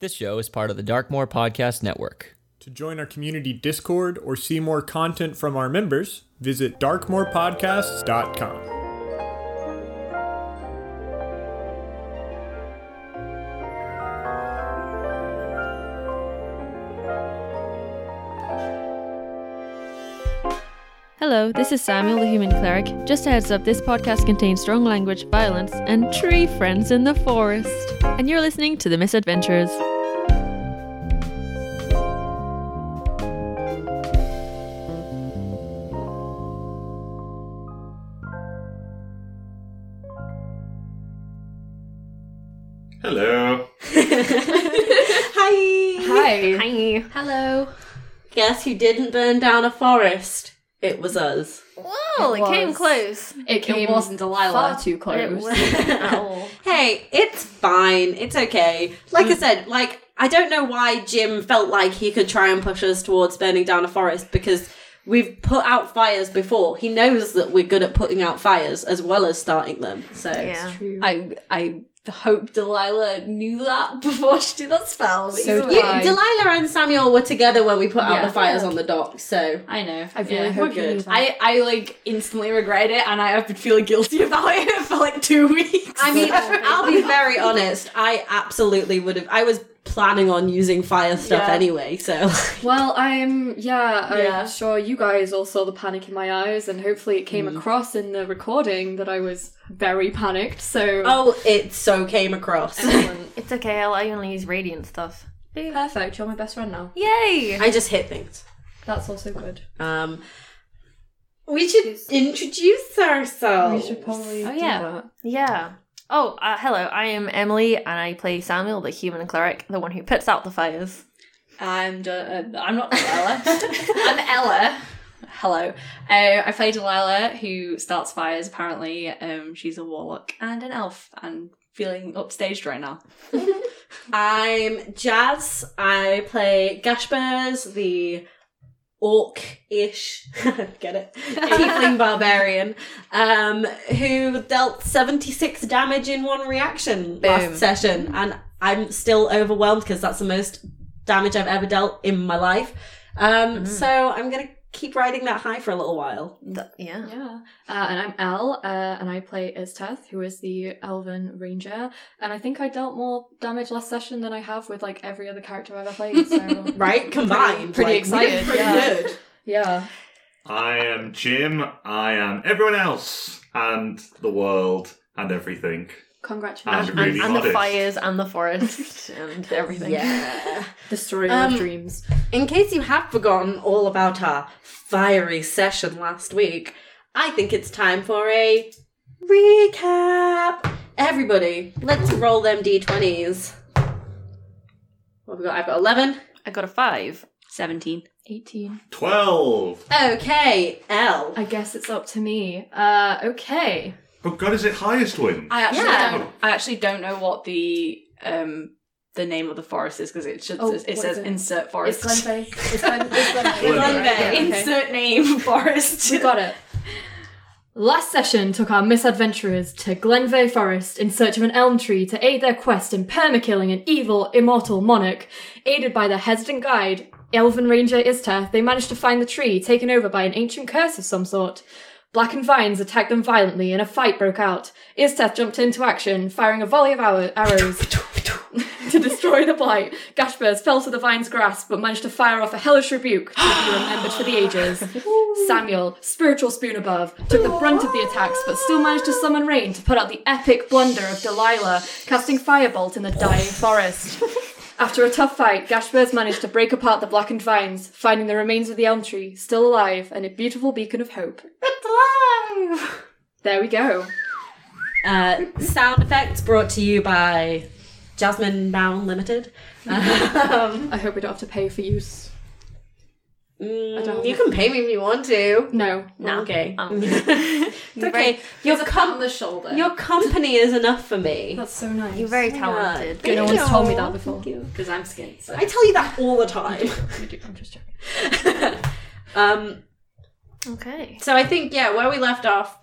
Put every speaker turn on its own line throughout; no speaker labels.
This show is part of the Darkmoor Podcast Network.
To join our community Discord or see more content from our members, visit darkmorepodcasts.com.
Hello, this is Samuel the Human Cleric. Just a heads up, this podcast contains strong language, violence, and tree friends in the forest. And you're listening to The Misadventures.
Hello.
Hi.
Hi.
Hi.
Hello.
Guess who didn't burn down a forest? It was us.
Well, it, came close.
It, came wasn't Delilah too close. at all.
Hey, it's fine. It's okay. Like I said, like I don't know why Jim felt like he could try and push us towards burning down a forest because we've put out fires before. He knows that we're good at putting out fires as well as starting them. So
Yeah.
I I hope Delilah knew that before she did that spell. but
So
either
You,
way-
Delilah and Samuel were together when we put out
Yeah.
the fires on the dock. So
I know.
I really
yeah.
hope
we're good.
I, I like instantly regret it and I have been feeling guilty about it for like two weeks.
I mean, I'll be very honest. I absolutely would have. I was planning on using fire stuff
Yeah.
anyway, so
Well, I'm yeah, I'm
Yeah.
sure you guys all saw the panic in my eyes, and hopefully it came across in the recording that I was very panicked. So
oh, it so came across.
It's okay, I'll, I only use radiant stuff.
perfect, you're my best friend now.
Yay!
I just hit things.
That's also good.
Um, we should introduce ourselves.
probably
Oh, yeah. Yeah. Oh, uh, hello, I am Emily, and I play Samuel, the human cleric, the one who puts out the fires.
I'm d- uh, I'm not Delilah. I'm Ella. Hello. Uh, I play Delilah, who starts fires. Apparently, um, she's a warlock and an elf, and feeling upstaged right now.
I'm Jazz. I play Gashbers, the orc-ish, get it, tiefling barbarian, um, who dealt 76 damage in one reaction
Boom.
last session, and I'm still overwhelmed because that's the most damage I've ever dealt in my life. Um,
Mm-hmm.
So I'm gonna keep riding that high for a little while.
Th- yeah.
Yeah, uh, and I'm Elle, uh, and I play Izteth, who is the Elven Ranger. And I think I dealt more damage last session than I have with like every other character I've ever played. So
Right, combined,
pretty
like, we're
excited,
pretty
yeah.
good.
yeah,
I am Jim. I am everyone else and the world and everything.
congratulations.
I'm
And,
really
and the
modest.
fires and the forest and everything.
Yeah.
the story
Um,
of dreams.
In case you have forgotten all about our fiery session last week, I think it's time for a recap. Everybody, let's roll them d20s. What have we got? I've got 11.
I got a five.
Seventeen.
Eighteen.
Twelve.
Okay, L.
I guess it's up to me. Uh, okay.
Oh God, is it highest win?
I actually
Yeah.
don't. I actually don't know what the um the name of the forest is because it should,
Oh,
it
what is
says
it?
insert
It's
forest.
Glenfey. It's Glen. It's Glenfey.
Glenfey.
Yeah, okay.
Insert name forest.
We got it. Last session took our misadventurers to Glenveigh Forest in search of an elm tree to aid their quest in perma-killing an evil, immortal monarch. Aided by their hesitant guide, Elven Ranger Isteth, they managed to find the tree taken over by an ancient curse of some sort. Blackened vines attacked them violently and a fight broke out. Isteth jumped into action, firing a volley of arrow- arrows to destroy the blight. Gashburz fell to the vine's grasp but managed to fire off a hellish rebuke to be remembered for the ages. Samuel, spiritual spoon above, took the brunt of the attacks but still managed to summon rain to put out the epic blunder of Delilah, casting firebolt in the dying forest. After a tough fight, Gashburz managed to break apart the blackened vines, finding the remains of the elm tree still alive and a beautiful beacon of hope. There we go.
Uh, sound effects brought to you by Jasmine Mound Limited. Um,
I hope we don't have to pay for use.
mm, you can pay me if you want to.
No.
Nah.
Okay.
Um,
it's okay. Your, com-
the shoulder.
your company is enough for me.
That's so nice.
You're very talented.
Good, no one's told me that before.
Because I'm skinny. So.
I tell you that all the time. um,
Okay.
so I think yeah, where we left off,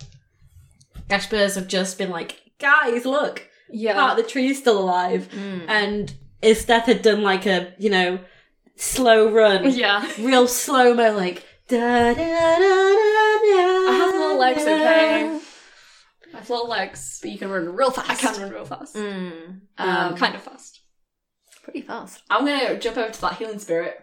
Gashbers have just been like, guys, look,
Yeah.
ah, the tree's still alive, and Isteth had done like a, you know, slow run.
Yeah.
Real slow mo, like. Da, da, da, da,
I have
I
little legs, okay? I have little legs, but you can run real fast. I can run real fast.
Mm,
Um, kind of fast.
pretty fast.
I'm gonna jump over to that healing spirit.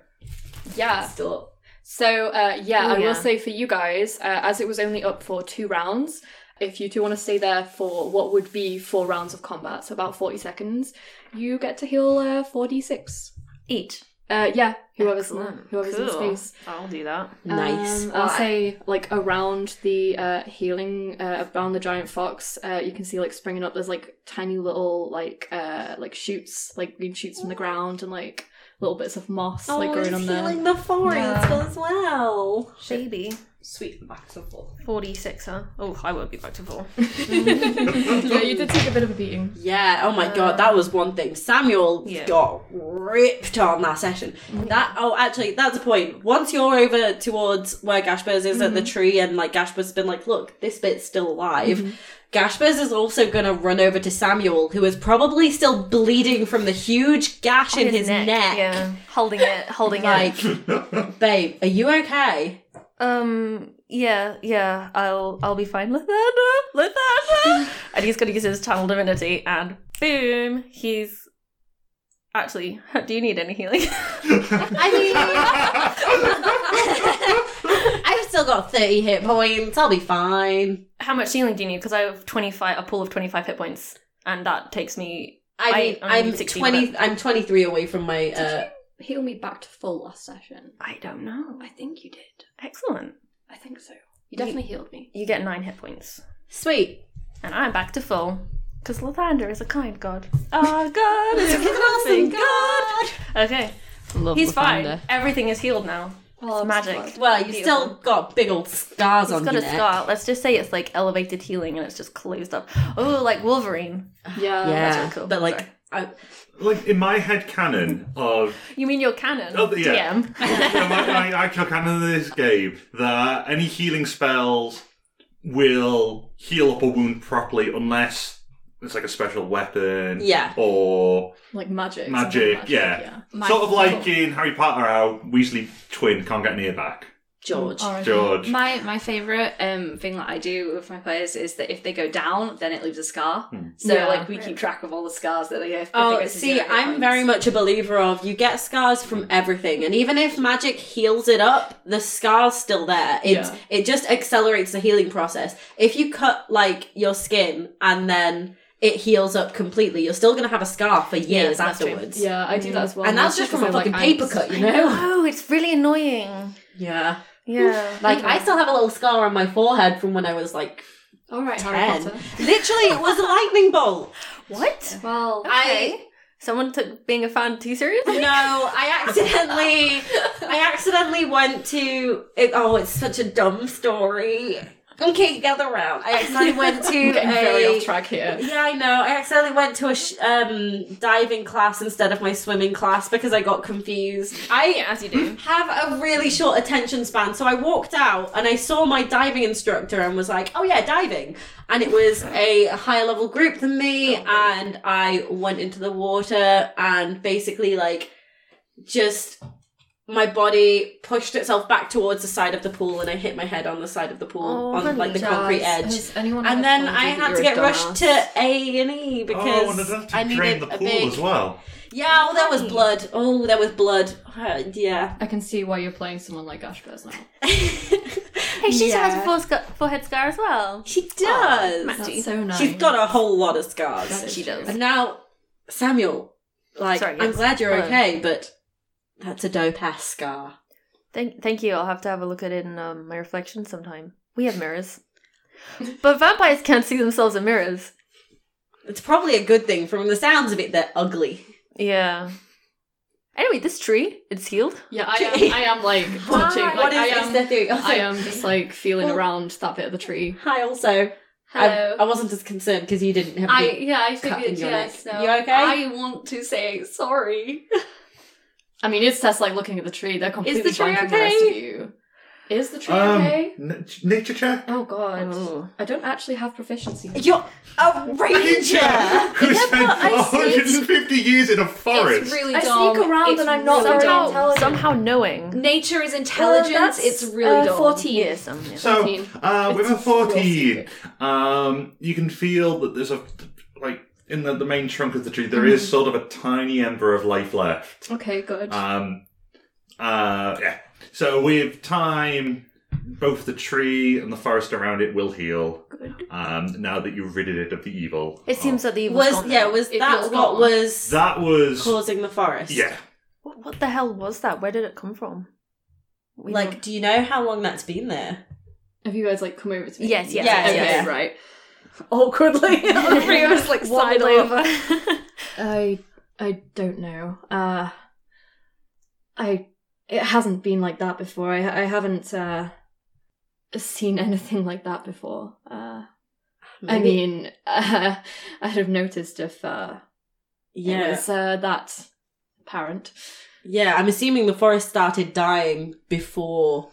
Yeah.
Still up.
So uh, yeah, I
Yeah.
will say for you guys, uh, as it was only up for two rounds, if you do want to stay there for what would be four rounds of combat, so about forty seconds, you get to heal uh, forty six.
Eat.
Uh, yeah, whoever's
Excellent.
whoever's in
Cool.
space.
I'll do that.
Nice.
Um, I'll say like around the uh, healing, uh, around the giant fox, uh, you can see like springing up. There's like tiny little like uh, like shoots, like green shoots from the ground, and like little bits of moss like
Oh,
growing on there.
oh, feeling the forest
Yeah.
as well.
Baby.
Sweet back to full.
46, huh? Oh, I won't be back to four.
yeah, you did take a bit of a beating.
Yeah, oh my god, that was one thing. Samuel
Yeah.
got ripped on that session. That oh actually that's a point. Once you're over towards where Gashbers is at the tree and like Gashbers has been like, look, this bit's still alive. Gashbers is also gonna run over to Samuel, who is probably still bleeding from the huge gash in his, neck.
Yeah. Holding it, holding it.
Like, babe, are you okay?
Um. Yeah. Yeah. I'll. I'll be fine. Lathander. Lathander. and he's gonna use his channel divinity, and boom, he's. Actually, do you need any healing?
I mean, I've still got 30 hit points. I'll be fine.
How much healing do you need? Because I have twenty-five, a pool of twenty-five hit points, and that takes me. I-
I mean,
I
I,
need
am
60,
20. I'm 23 away from my. Uh,
Heal me back to full last session.
I don't know.
I think you did.
Excellent.
I think so. You definitely healed me.
You get nine hit points,
sweet.
and I'm back to full. Because Lathander is a kind god. Our God is a loving God. Okay,
Love
he's
Lathander.
fine. Everything is healed now. Oh, magic.
Well, you
Beautiful.
still got big old scars
It's
on
got
your
a
neck.
scar. Let's just say it's like elevated healing and it's just closed up. Oh, like Wolverine.
Yeah.
Yeah,
Oh, really cool.
but like,
Sorry.
I,
Like in my head canon of
You mean your cannon?
Oh, yeah.
DM.
in my, my, I canon of this game that any healing spells will heal up a wound properly unless it's like a special weapon.
Yeah.
Or
Like magic.
magic.
something
yeah. Sort of like in Harry Potter how Weasley twin can't get near back.
George.
George.
My my favorite um thing that I do with my players is that if they go down, then it leaves a scar. So
Yeah.
like we keep track of all the scars that they have. if they go
Oh,
to
see,
zero
I'm
points.
very much a believer of you get scars from everything, and even if magic heals it up, the scar's still there. It's
Yeah.
it just accelerates the healing process. If you cut like your skin and then it heals up completely, you're still gonna have a scar for years
that's true.
afterwards.
Yeah, I do that as well.
And that's
mostly
just from a
'cause I
fucking
like
paper
ants.
cut, you know?
oh, it's really annoying.
Yeah.
Yeah.
Like I still have a little scar on my forehead from when I was like
all right. Harry
ten.
Potter.
Literally, it was a lightning bolt.
what?
Well,
I
Someone took being a fan too seriously?
no, I accidentally, I accidentally went to. It, oh, it's such a dumb story. Okay, gather round. I accidentally went to
Getting very
a.
off track here.
Yeah, I know. I accidentally went to a sh- um, diving class instead of my swimming class because I got confused. I
As you do.
have a really short attention span. So I walked out and I saw my diving instructor and was like, oh yeah, diving. And it was a higher level group than me. and I went into the water and basically, like, just my body pushed itself back towards the side of the pool and I hit my head on the side of the pool
Oh,
on like the concrete edge.
Has anyone ever
And then
told you
I
that
had
you're
to
a
get
dumbass?
rushed to A and E
oh, and
because
I'd have to
I
drain
needed
the
a
pool
big
as well.
yeah. Oh, there was blood. Oh, there was blood. Uh, yeah.
I can see why you're playing someone like Ashburns now.
Hey, she
Yeah.
has a fore scar- forehead scar as well.
She does.
That's so nice.
She's got a whole lot of scars.
She does.
And now, Samuel, like,
Sorry,
I'm
yes.
glad you're
Hello.
okay, but that's a dope ass scar.
Thank, thank you. I'll have to have a look at it in um, my reflection sometime. We have mirrors. but vampires can't see themselves in mirrors.
It's probably a good thing. From the sounds of it, they're ugly.
Yeah. Anyway, this tree, it's healed.
Yeah, I am. I am like touching. Like,
what is
I
is
am.
their theory? Also,
I am just like feeling
Well-
around that bit of the tree.
Hi, also.
hello.
I, I wasn't as concerned because you didn't have.
I
any
yeah, I
cut in
figured
your
yes.
neck.
No,
You okay?
I want to say sorry.
I mean, it's just like looking at the tree. They're completely
tree
flanking the rest
okay?
of you. Is the tree
Um,
okay?
n- nature check.
Oh god.
Oh.
I don't actually have proficiency.
You're a ranger.
Who spent
but I see it's-
150 years in a forest?
It's really
I
dumb.
sneak around
It's
and I'm not
really
very
dumb.
intelligent.
somehow knowing.
Nature is intelligence.
that's,
it's really
uh,
dumb.
14.
Yeah, some, yeah.
So,
14.
uh, with a
It's real
14, um, you can feel that there's a, like, in the, the main trunk of the tree, there is sort of a tiny ember of life left.
Okay, good.
Um, uh, yeah. So, with time, both the tree and the forest around it will heal. Um, now that you've ridded it of the evil. Oh.
it seems that the
Was yeah, was
It
that
feels
what
gone.
was
That was.
causing the forest?
Yeah.
What, what the hell was that? Where did it come from? We
Like,
don't-
do you know how long that's been there?
Have you guys like come over to me?
yes, yes,
Yeah,
yes,
Okay,
yes.
yeah.
right.
Awkwardly.
Everyone's like side
Waddled
over.
I I don't know. Uh I it hasn't been like that before. I I haven't uh seen anything like that before. Uh I mean, uh, I'd have noticed if uh
yeah.
it was uh, that apparent.
Yeah, I'm assuming the forest started dying before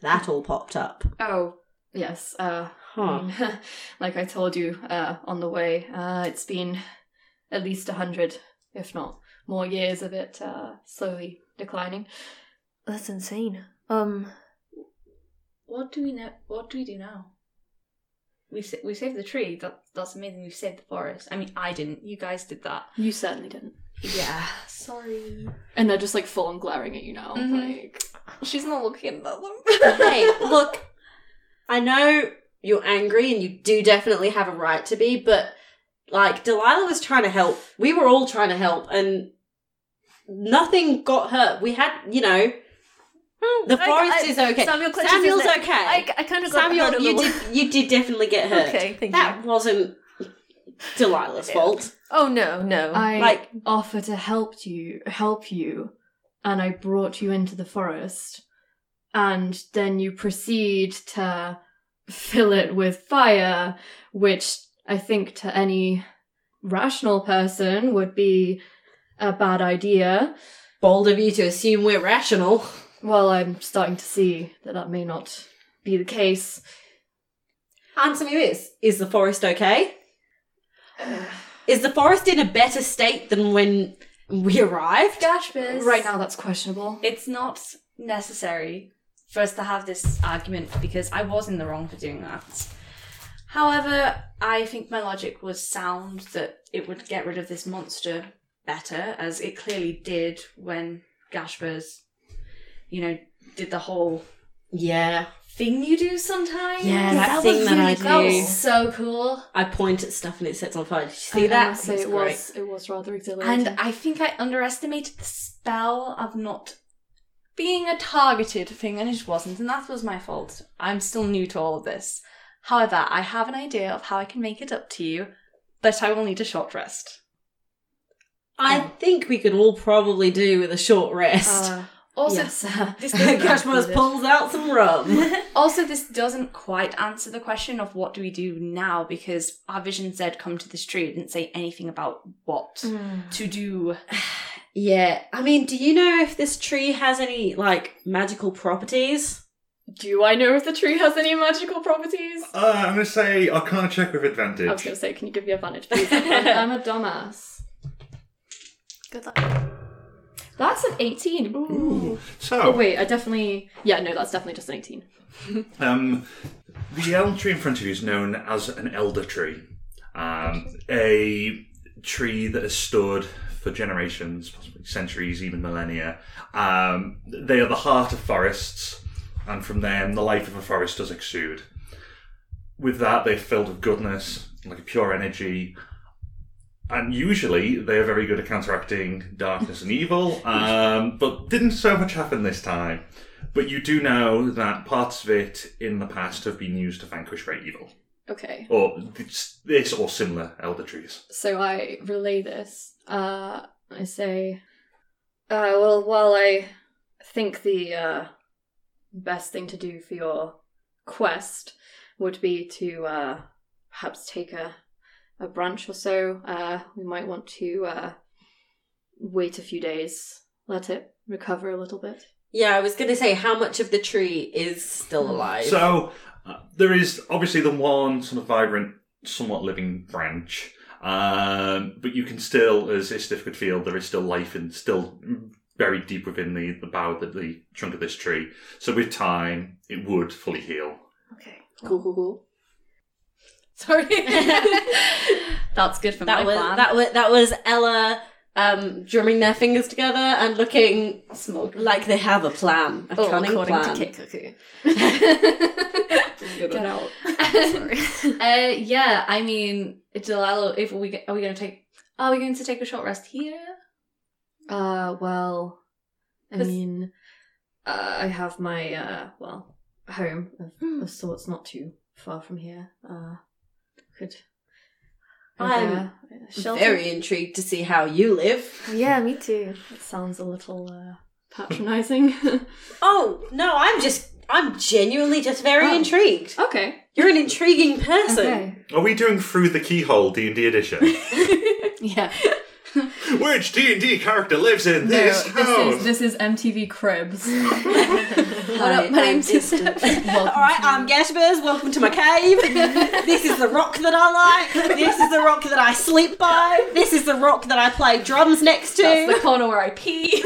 that all popped up.
Oh, yes. Uh I
Huh.
mean, like I told you uh, on the way, uh, it's been at least a hundred, if not more, years of it uh, slowly declining.
That's insane. Um,
What do we know? What do we do now? We've sa- we saved the tree. That that's amazing. We've saved the forest. I mean, I didn't. You guys did that.
You certainly didn't.
Yeah. Sorry.
And they're just like full on glaring at you now.
Mhm.
Like,
She's not looking at them.
hey, look, I know you're angry and you do definitely have a right to be, but like Delilah was trying to help. We were all trying to help and nothing got hurt. We had, you know,
hmm,
the
I-
forest
I-
is okay.
Samuel clenches his
Samuel's
neck.
okay.
I, I kind of got
Samuel,
hurt a
you
little.
did you did definitely get hurt.
Okay, thank
that
you.
wasn't Delilah's fault.
Oh no, no.
I
Like-
offer to help you, help you, and I brought you into the forest, and then you proceed to fill it with fire, which I think to any rational person would be a bad idea.
Bold of you to assume we're rational.
Well, I'm starting to see that that may not be the case.
Answer me this. Is the forest okay? Is the forest in a better state than when we arrived?
Gashbiz.
Right now, that's questionable.
it's not necessary for us to have this argument because I was in the wrong for doing that. However, I think my logic was sound that it would get rid of this monster better, as it clearly did when Gashbers, you know, did the whole
Yeah.
thing you do sometimes.
Yeah, that thing
was
that I
that was
do.
so cool.
I point at stuff and it sets on fire. Did you see
I
that?
must say
It's
it
great.
was it was rather exhilarating.
And I think I underestimated the spell of not being a targeted thing, and it wasn't, and that was my fault. I'm still new to all of this. However, I have an idea of how I can make it up to you, but I will need a short rest.
I think we could all probably do with a short rest.
Uh,
Also,
yes.
this
Cashmas pulls out some rum.
also this doesn't quite answer the question of what do we do now because our vision said come to this tree. It didn't say anything about what
Mm.
to do.
yeah. I mean, do you know if this tree has any like magical properties?
Do I know if the tree has any magical properties?
Uh, I'm going to say I can't check with
I was
advantage.
gonna say, can you give me advantage, please? I'm, I'm a dumbass.
Good luck.
That's an 18.
Ooh.
Oh,
So,
wait, I definitely. Yeah, no, that's definitely just an 18.
um, the elm tree in front of you is known as an elder tree, um, a tree that has stood for generations, possibly centuries, even millennia. Um, they are the heart of forests, and from them, the life of a forest does exude. With that, they're filled with goodness, like pure energy. And usually they are very good at counteracting darkness and evil, um, but didn't so much happen this time. But you do know that parts of it in the past have been used to vanquish great evil,
Okay,
or this, this or similar elder trees.
so I relay this. Uh, I say, uh, well, while I think the uh, best thing to do for your quest would be to uh, perhaps take a, a branch or so, uh, we might want to uh, wait a few days, let it recover a little bit.
Yeah, I was going to say how much of the tree is still alive.
So uh, there is obviously the one sort of vibrant, somewhat living branch, um, but you can still, as Istif could feel, there is still life and still buried deep within the, the bough, the, the trunk of this tree. So with time, it would fully heal.
Okay.
Cool, cool, cool.
Sorry. That's good for
that
my
was
plan.
that was that was Ella um, drumming their fingers together and looking
smoke.
like they have a plan, a cunning plan.
Kikuku.
Get out.
uh, yeah, I mean, Delilah, if we get- are we going to take are we going to take a short rest here?
Uh, well, I
'Cause-
mean, uh, I have my uh, well, home of,
Hmm.
of sorts, not too far from here. Uh, could. go
I'm
there.
I'm very intrigued to see how you live.
Yeah, me too.
That sounds a little uh, patronizing.
Oh no, I'm just I'm genuinely just very
Oh.
intrigued.
okay.
You're an intriguing person.
Okay.
Are we doing through the keyhole D and D edition?
Yeah.
Which D and D character lives in this house?
this is MTV Cribs.
Hi,
my
I'm
name's
Istin. All right, I'm Gashbers. Welcome to my cave. this is the rock that I like. This is the rock that I sleep by. This is the rock that I play drums next to.
That's the corner where I pee.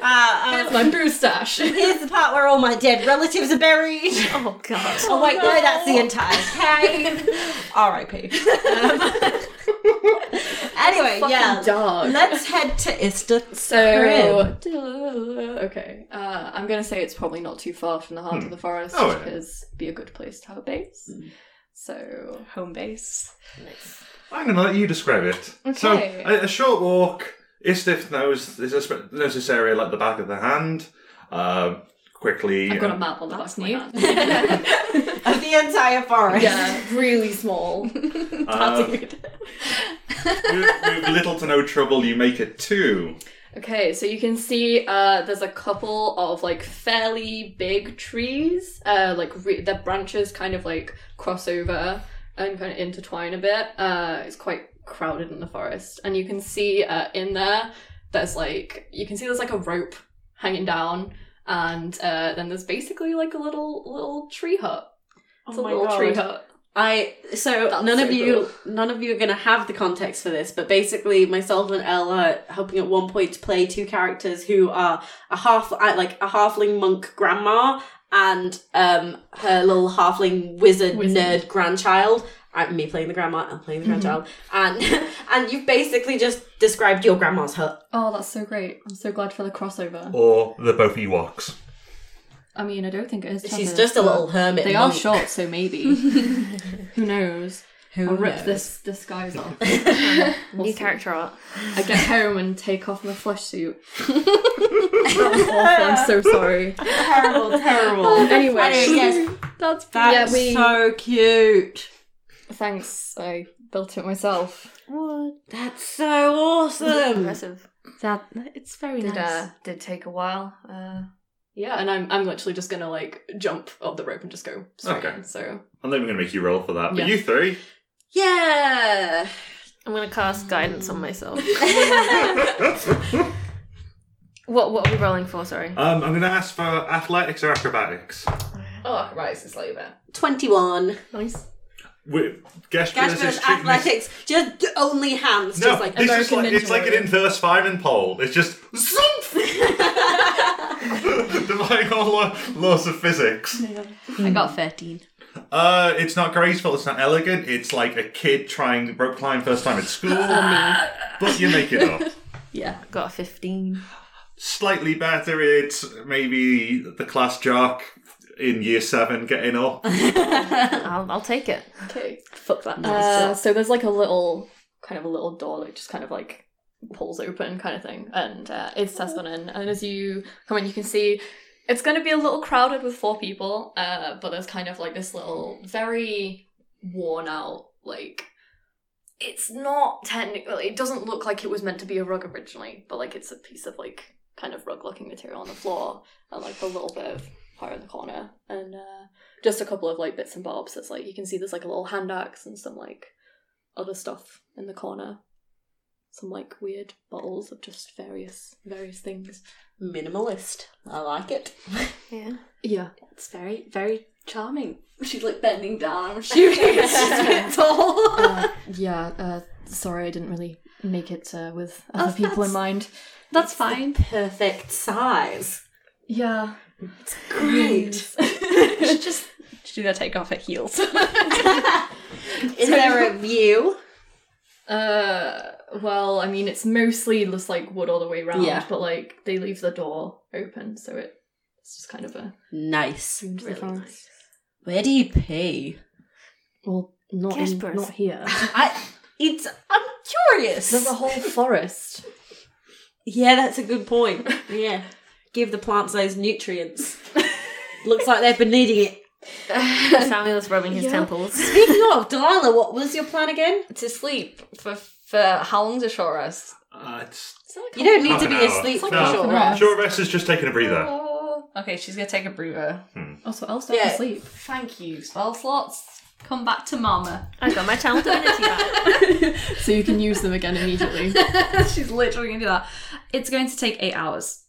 Uh, um,
That's my brew stash.
here's the part where all my dead relatives are buried.
Oh god.
Oh, wait, no, that's the entire cave. R.I.P. Um, anyway, yeah.
Dog.
Let's head to Istus.
So okay, uh, I'm gonna say it's probably not too far from the heart
Hmm.
of the forest
Oh, yeah.
because it'd be a good place to have a base. So
Hmm. Home base.
I'm going to let you describe it. So,
Okay.
a, a short walk. Istif knows this, knows this area like the back of the hand. Um, quickly.
I've got a
um,
map on the back of my
new.
hand.
Of the entire forest.
yeah, really small.
um, with, with little to no trouble, you make it two.
Okay, so you can see uh, there's a couple of like fairly big trees. Uh, like re- their branches kind of like cross over and kind of intertwine a bit. Uh, it's quite crowded in the forest, and you can see uh, in there there's like you can see there's like a rope hanging down, and uh, then there's basically like a little little tree hut. It's a little tree hut.
I so
That's
none
so
of you none of you are gonna have the context for this, but basically myself and Ella are hoping at one point to play two characters who are a half uh, like a halfling monk grandma and um her little halfling wizard, nerd grandchild. Uh, me playing the grandma, I'm playing the grandchild, and and you've basically just described your grandma's hut.
Oh, that's so great. I'm so glad for the crossover.
Or the both Ewoks.
I mean, I don't think it is.
She's
tethered,
just a
but
little hermit.
They are
monk.
short, so maybe. Who knows?
Who
I'll rip
knows?
this disguise off.
New character art.
I get home and take off my flesh suit. that was awful. I'm so sorry.
terrible, terrible.
Anyway,
Anyway, yes,
that's yeah.
that's
We
so cute.
thanks. I built it myself.
What?
That's so awesome.
Impressive.
That it's very
Did
nice.
uh did take a while. Uh
Yeah, and I'm I'm literally just gonna like jump up the rope and just go straight
Okay.
in. So
I'm not even going to make you roll for that. But
Yeah.
you three.
Yeah.
I'm gonna cast guidance on myself. what what are we rolling for, sorry?
Um, I'm going to ask for athletics or acrobatics.
oh, right, it's slightly there.
21.
Nice.
Wi- Guess
Gashman's
is treating this-
athletics, just only hands,
No,
just like
this is
American
like, it's like an
Ninja
inverse fireman pole. It's just zoomp! Defying all law- laws of physics.
I got thirteen.
Uh, it's not graceful. It's not elegant. It's like a kid trying to rope climb first time at school. but you make it up.
Got a fifteen.
Slightly better. It's maybe the class jock in year seven getting up.
I'll I'll take it.
Okay.
Fuck that
Uh, so there's like a little kind of a little door that just kind of like pulls open kind of thing, and uh, it's Tess on in. And as you come in, you can see it's going to be a little crowded with four people, uh, but there's kind of like this little very worn out like. It's not technically. It doesn't look like it was meant to be a rug originally, but like it's a piece of like kind of rug-looking material on the floor, and like a little bit of fire in the corner, and uh, just a couple of like bits and bobs. It's like you can see there's like a little hand axe and some like other stuff in the corner. some like weird bottles of just various various things.
Minimalist. I like it.
Yeah.
Yeah.
It's very, very charming. She's like bending down. She she's a bit tall.
Uh, yeah. Uh, sorry, I didn't really make it uh, with other people in mind.
That's fine.
Perfect size.
Yeah.
Great.
She just she did take off her heels.
Is there a view?
Uh. Well, I mean, it's mostly just like wood all the way around,
Yeah.
but like they leave the door open, so it, it's just kind of a
Nice.
room to the
Really
forest.
nice. Where do you pee?
Well, not in,
Casper's.
not here.
I. It's. I'm curious.
There's a whole forest.
Yeah, that's a good point. Yeah. Give the plants those nutrients. Looks like they've been needing it.
Samuel's rubbing his temples.
Speaking of, Delilah, what was your plan again?
to sleep for for how long's a short rest?
Uh, it's
You don't need
Half
to
an
be
hour.
asleep for
No.
sure. Oh.
Rest.
short rest is just taking a breather.
Okay, she's gonna take a breather.
Also, I'll stay
Yeah.
asleep.
Thank you, spell slots. Come back to mama.
I got my talent ability back.
So you can use them again immediately.
she's literally gonna do that. It's going to take eight hours.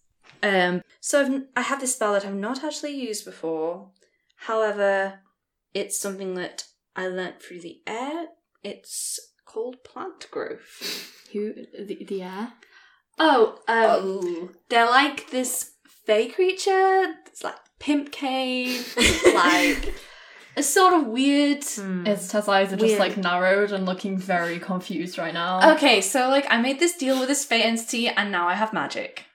Um, so I've, I have this spell that I've not actually used before. However, it's something that I learnt through the air. It's called plant growth.
Who the, the air?
Oh, um, they're like this fey creature. It's like pimp cane, like a sort of weird.
Mm. Its test eyes are just
Weird.
like narrowed and looking very confused right now.
Okay, so like I made this deal with this fate entity, and now I have magic.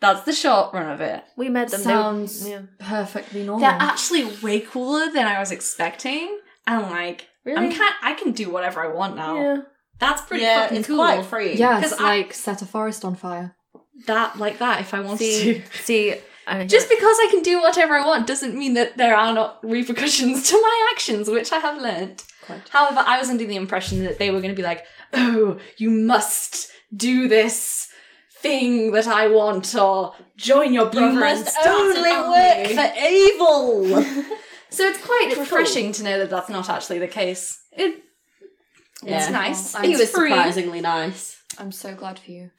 That's the short run of it.
We met them. they-
Sounds
yeah.
perfectly normal.
They're actually way cooler than I was expecting, and like I'm
Really?
kind I can do whatever I want now.
Yeah.
That's pretty
Yeah,
fucking
it's
cool.
quite free.
yeah,
'Cause
it's
I-
like set a forest on fire.
that like that if I wanted
See,
to.
see, I
Just because I can do whatever I want doesn't mean that there are not repercussions to my actions, which I have learned. However, I was under the impression that they were going to be like, oh, you must do this thing that I want, or join your brother and start
Only
a
work
family."
for evil.
So it's quite refreshing to know that that's not actually the case. It,
Yeah.
It's nice.
he
it's
was
free.
surprisingly nice.
I'm so glad for you.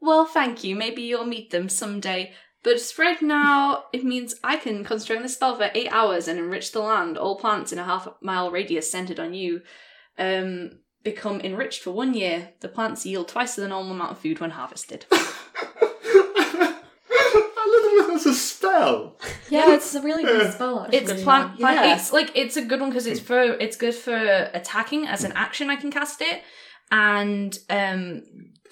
Well, thank you. Maybe you'll meet them someday. But spread now, it means I can constrain the spell for eight hours and enrich the land. All plants in a half mile radius centered on you um, become enriched for one year. The plants yield twice the normal amount of food when harvested.
I love that that's a spell.
Yeah, it's a really good spell. Actually.
it's plant, plant
Yeah.
it's like it's a good one because it's for it's good for attacking as an action. I can cast it, and um,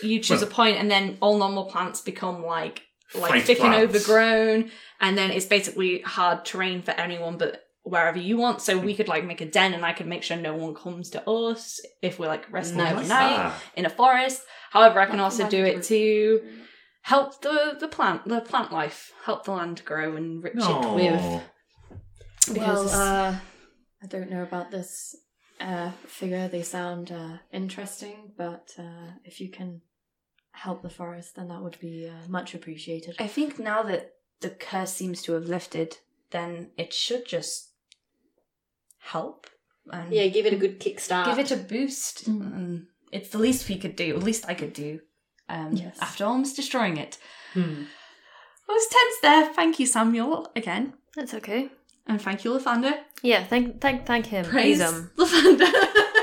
you choose a point, and then all normal plants become like like
Fight
thick and
plants.
overgrown, and then it's basically hard terrain for anyone but wherever you want. So we could like make a den, and I could make sure no one comes to us if we're like resting
Nice.
overnight
Ah,
in a forest. However, I can also do it to help the the plant the plant life, help the land grow and enrich it with.
no.
Well,
Because
uh, I don't know about this uh, figure. They sound uh, interesting, but uh, if you can help the forest, then that would be uh, much appreciated.
I think now that the curse seems to have lifted, then it should just help. And
Yeah, give it a good kickstart.
give it a boost.
Mm.
Um, It's the least we could do, at least I could do. Um,
Yes.
After almost destroying it.
Hmm. I was tense there. Thank you, Samuel, again.
That's okay.
And thank you, Lathander.
Yeah, thank, thank, thank him.
Praise
He's, um,
Lathander.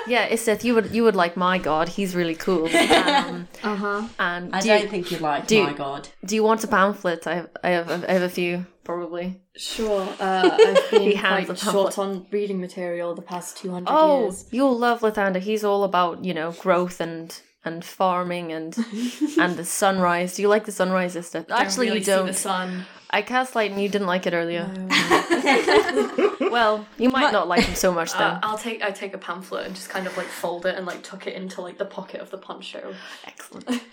yeah, Isteth, you would, you would like my god. He's really cool. Um,
Uh huh.
and
I
do,
don't
you,
think you'd like.
do-
my God.
do you want a pamphlet? I have, I have, I have a few, probably.
Sure. Uh, I've been
He hands
quite
the
short on reading material the past two hundred
Oh,
years.
you'll love Lathander. He's all about you know growth and and farming and and the sunrise. Do you like the sunrise, Esther? Actually, you don't.
sun.
I cast light, and you didn't like it earlier. well, you might not like him so much though.
Uh, I'll take I take a pamphlet and just kind of like fold it and like tuck it into like the pocket of the poncho.
Excellent.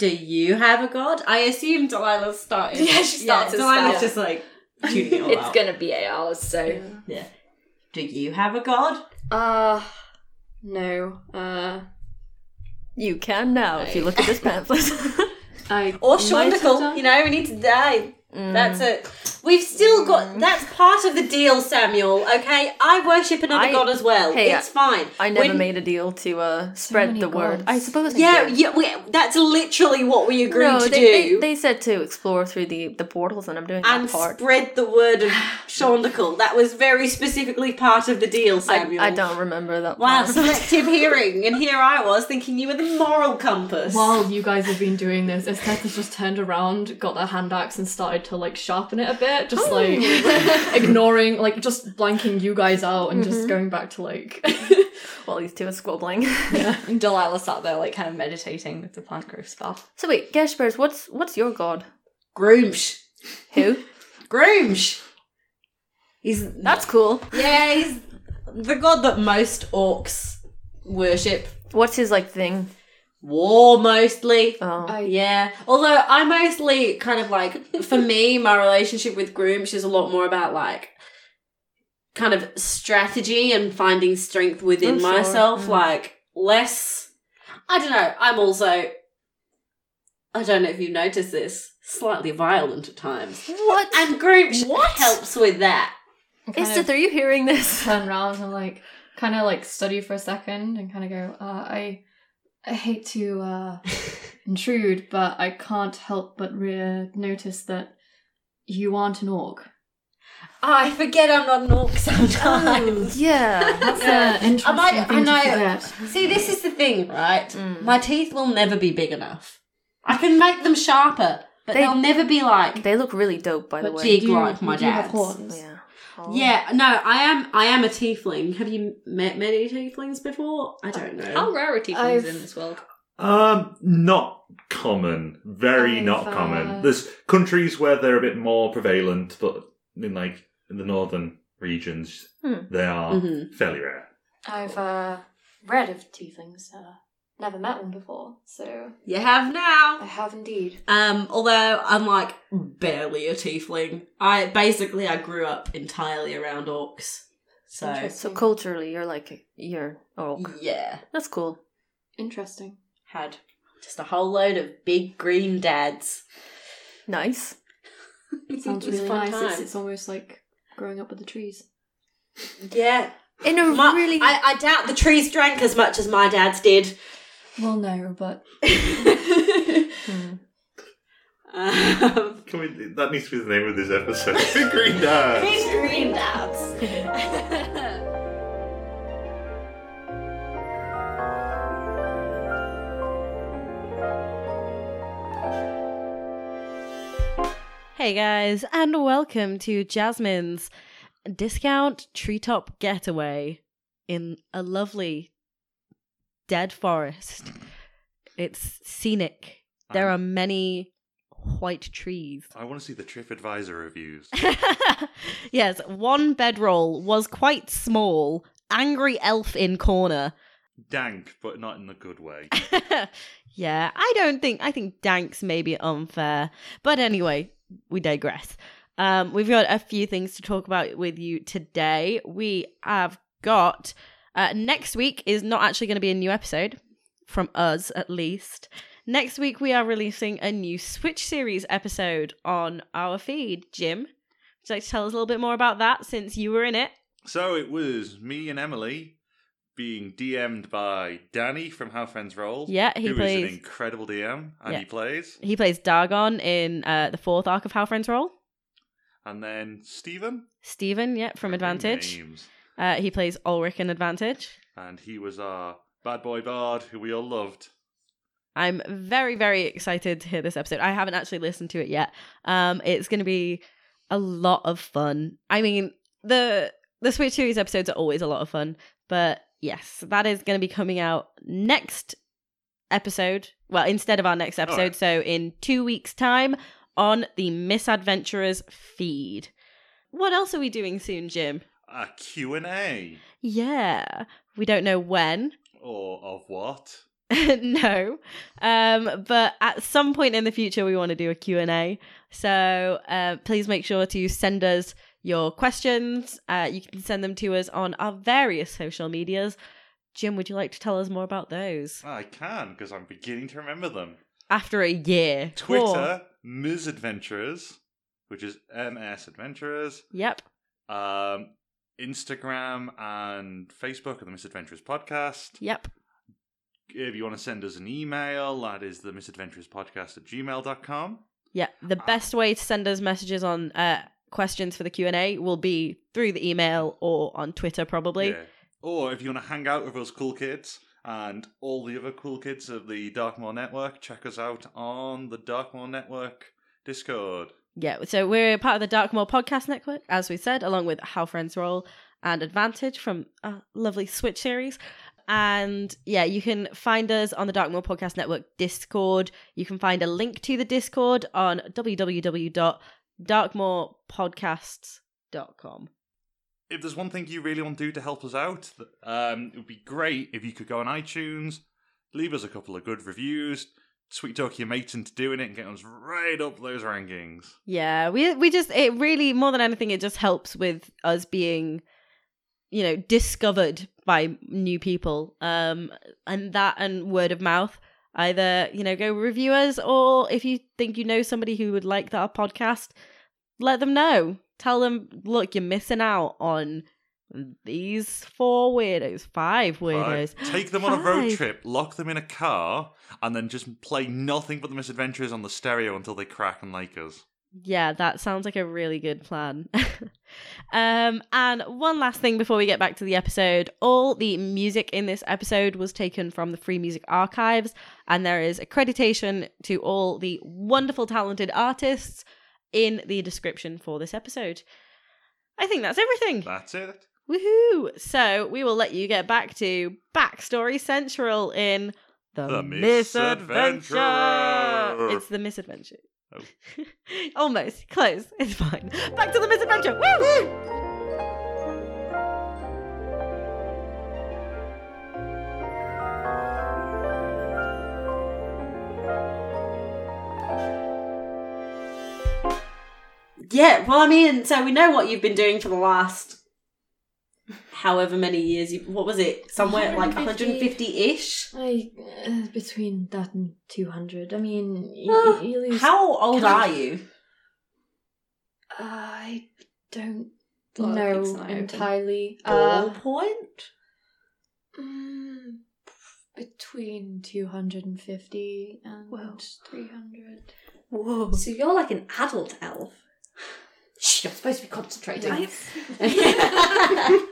Do you have a God? I assume Delilah's started.
Yeah, she started
Delilah's
start.
just like tuning it all
It's
out.
going to be eight hours, so.
Yeah. Do you have a God?
Uh no. Uh
You can now if you look at this pamphlet.
I
Or
might have
Shondical,
done-
you know, we need to die.
Mm.
That's it. We've still got. That's part of the deal, Samuel. Okay, I worship another
I-
god as well.
hey,
it's fine.
I never
When-
made a deal to uh, spread the word. I suppose.
Yeah,
I did.
yeah. We, that's literally what we agreed
No,
to
they,
do.
They, they said to explore through the, the portals, and I'm doing
and
that part.
spread the word of Shondacle. That was very specifically part of the deal,
I,
Samuel.
I don't remember that.
Wow,
part.
selective hearing, and here I was thinking you were the moral compass.
While you guys have been doing this, Esteth has just turned around, got their hand axe, and started to like sharpen it a bit, just
Oh.
like ignoring, like just blanking you guys out and
Mm-hmm.
just going back to like.
Well, these two are squabbling.
And Delilah sat there, like, kind of meditating with the plant growth stuff.
so wait, Geshpers, what's what's your god?
Groomsh.
Who?
Groomsh. He's
That's cool.
yeah, he's the god that most orcs worship.
What's his like thing?
War mostly.
Oh,
Yeah. Although I mostly kind of like for me, my relationship with Groomsh is a lot more about like kind of strategy and finding strength within
Oh, sure.
myself.
Mm.
Like less I don't know, I'm also I don't know if you've noticed this, slightly violent at times.
what?
And Groomsh
What?
helps with that.
Istith, are you hearing this?
turn around and like kind of like study for a second and kind of go uh, i i hate to uh intrude but i can't help but re- uh, notice that you aren't an orc
I forget I'm not an orc sometimes.
Yeah.
that's
Yeah.
an interesting
I might-
thing
I
to
know.
forget.
See, this is the thing, right?
Mm.
My teeth will never be big enough. I can make them sharper, but
They-
they, will never be like
they look really dope, by the
But
way.
big
you do-
like my
you do have
dad's.
horns.
Yeah. Oh.
Oh, Yeah, no, I am. I am a tiefling. Have you met many tieflings before? I don't know.
How rare are tieflings
I've-
in this world?
Um, not common. Very
I've,
not
uh,
common. There's countries where they're a bit more prevalent, but in like in the northern regions,
Hmm.
they are
Mm-hmm.
Mhm.
fairly rare.
i've uh read of tieflings uh never met one before so
You have now.
have indeed
Um, although I'm like barely a tiefling. I basically I grew up entirely around orcs. So
Interesting.
So culturally, you're like you're oh,
yeah,
that's cool.
interesting
had just a whole load of big green dads.
Nice.
sounds
It was a
really
fun
nice it's,
time.
it's almost like growing up with the trees
Yeah,
In a
My-
really
I, I doubt the trees drank as much as my dad's did.
well no but
Hmm.
um,
Can we, that needs to be the name of this episode. Big Green Dad.
big green dads.
Hey guys, and welcome to Jasmine's discount treetop getaway in a lovely dead forest. It's scenic. There are many white trees.
I want to see the TripAdvisor reviews.
yes, one bedroll was quite small. Angry elf in corner.
Dank, but not in a good way.
yeah, I don't think I think Danks may be unfair. But anyway, we digress. Um, we've got a few things to talk about with you today. We have got uh, next week is not actually going to be a new episode from us, at least. Next week we are releasing a new Switch series episode on our feed. Jim, would you like to tell us a little bit more about that since you were in it?
So it was me and Emily being DM'd by Danny from How Friends Roll.
Yeah, he
who is
plays-
an incredible DM, and
Yeah.
he plays.
He plays Dargon in uh, the fourth arc of How Friends Roll.
And then Stephen
Steven, yeah, from
Great
Advantage.
names.
Uh, he plays Ulrich in Advantage.
and he was our bad boy bard who we all loved.
I'm very, very excited to hear this episode. I haven't actually listened to it yet. Um, it's going to be a lot of fun. I mean, the the Switch series episodes are always a lot of fun, but yes, that is going to be coming out next episode. Well, instead of our next episode,
Alright.
so in two weeks' time on the Misadventurers feed. What else are we doing soon, Jim?
A Q&A
Yeah, we don't know when.
or of what?
no um but at some point in the future we want to do a q&a so uh, please make sure to send us your questions uh, you can send them to us on our various social medias jim would you like to tell us more about those
I can because I'm beginning to remember them.
after a year Cool.
Twitter, Misadventurers which is MS Adventurers.
Yep.
Um, Instagram and Facebook are the Misadventures Podcast.
Yep.
If you want to send us an email, that is the Misadventures Podcast at gmail.com.
Yeah, the best way to send us messages on uh, questions for the Q and A will be through the email or on Twitter, probably.
Yeah. Or if you want to hang out with us cool kids and all the other cool kids of the Darkmoor Network, check us out on the Darkmoor Network Discord.
Yeah, so we're part of the Darkmoor Podcast Network, as we said, along with How Friends Roll and Advantage from our lovely Switch series. And yeah, you can find us on the Darkmoor Podcast Network Discord. You can find a link to the Discord on www.darkmoorpodcasts.com.
If there's one thing you really want to do to help us out, th- um, it would be great if you could go on iTunes, leave us a couple of good reviews, sweet talk your mates into doing it, and get us right up those rankings.
Yeah, we we just it really more than anything it just helps with us being you know discovered by new people. Um and that and word of mouth either, you know, go review us or if you think you know somebody who would like our podcast, let them know. Tell them, look, you're missing out on these four weirdos, five weirdos.
Right? Take them on a road
Five.
trip, lock them in a car, and then just play nothing but the misadventures on the stereo until they crack and like us.
Yeah, that sounds like a really good plan. um, and one last thing before we get back to the episode. All the music in this episode was taken from the Free Music Archives, and there is accreditation to all the wonderful, talented artists in the description for this episode. I think that's everything.
That's it.
Woohoo! So we will let you get back to Backstory Central in The,
The
Misadventure.
Misadventure.
It's The Misadventure.
Oh.
Almost. Close. It's fine. Back to The Misadventure. Woo!
Yeah, well, I mean, so we know what you've been doing for the last however many years. You, what was it? Somewhere like
150.
150 ish?
I uh, between that and two hundred. I mean, y-
Oh,
y- you lose.
How old
count.
are you?
I don't
Look, it's
know
not open.
entirely. Uh,
Ballpoint?
mm, between two hundred and fifty and three hundred.
Whoa.
So you're like an adult elf.
Shh, you're supposed to be concentrating.
Are you,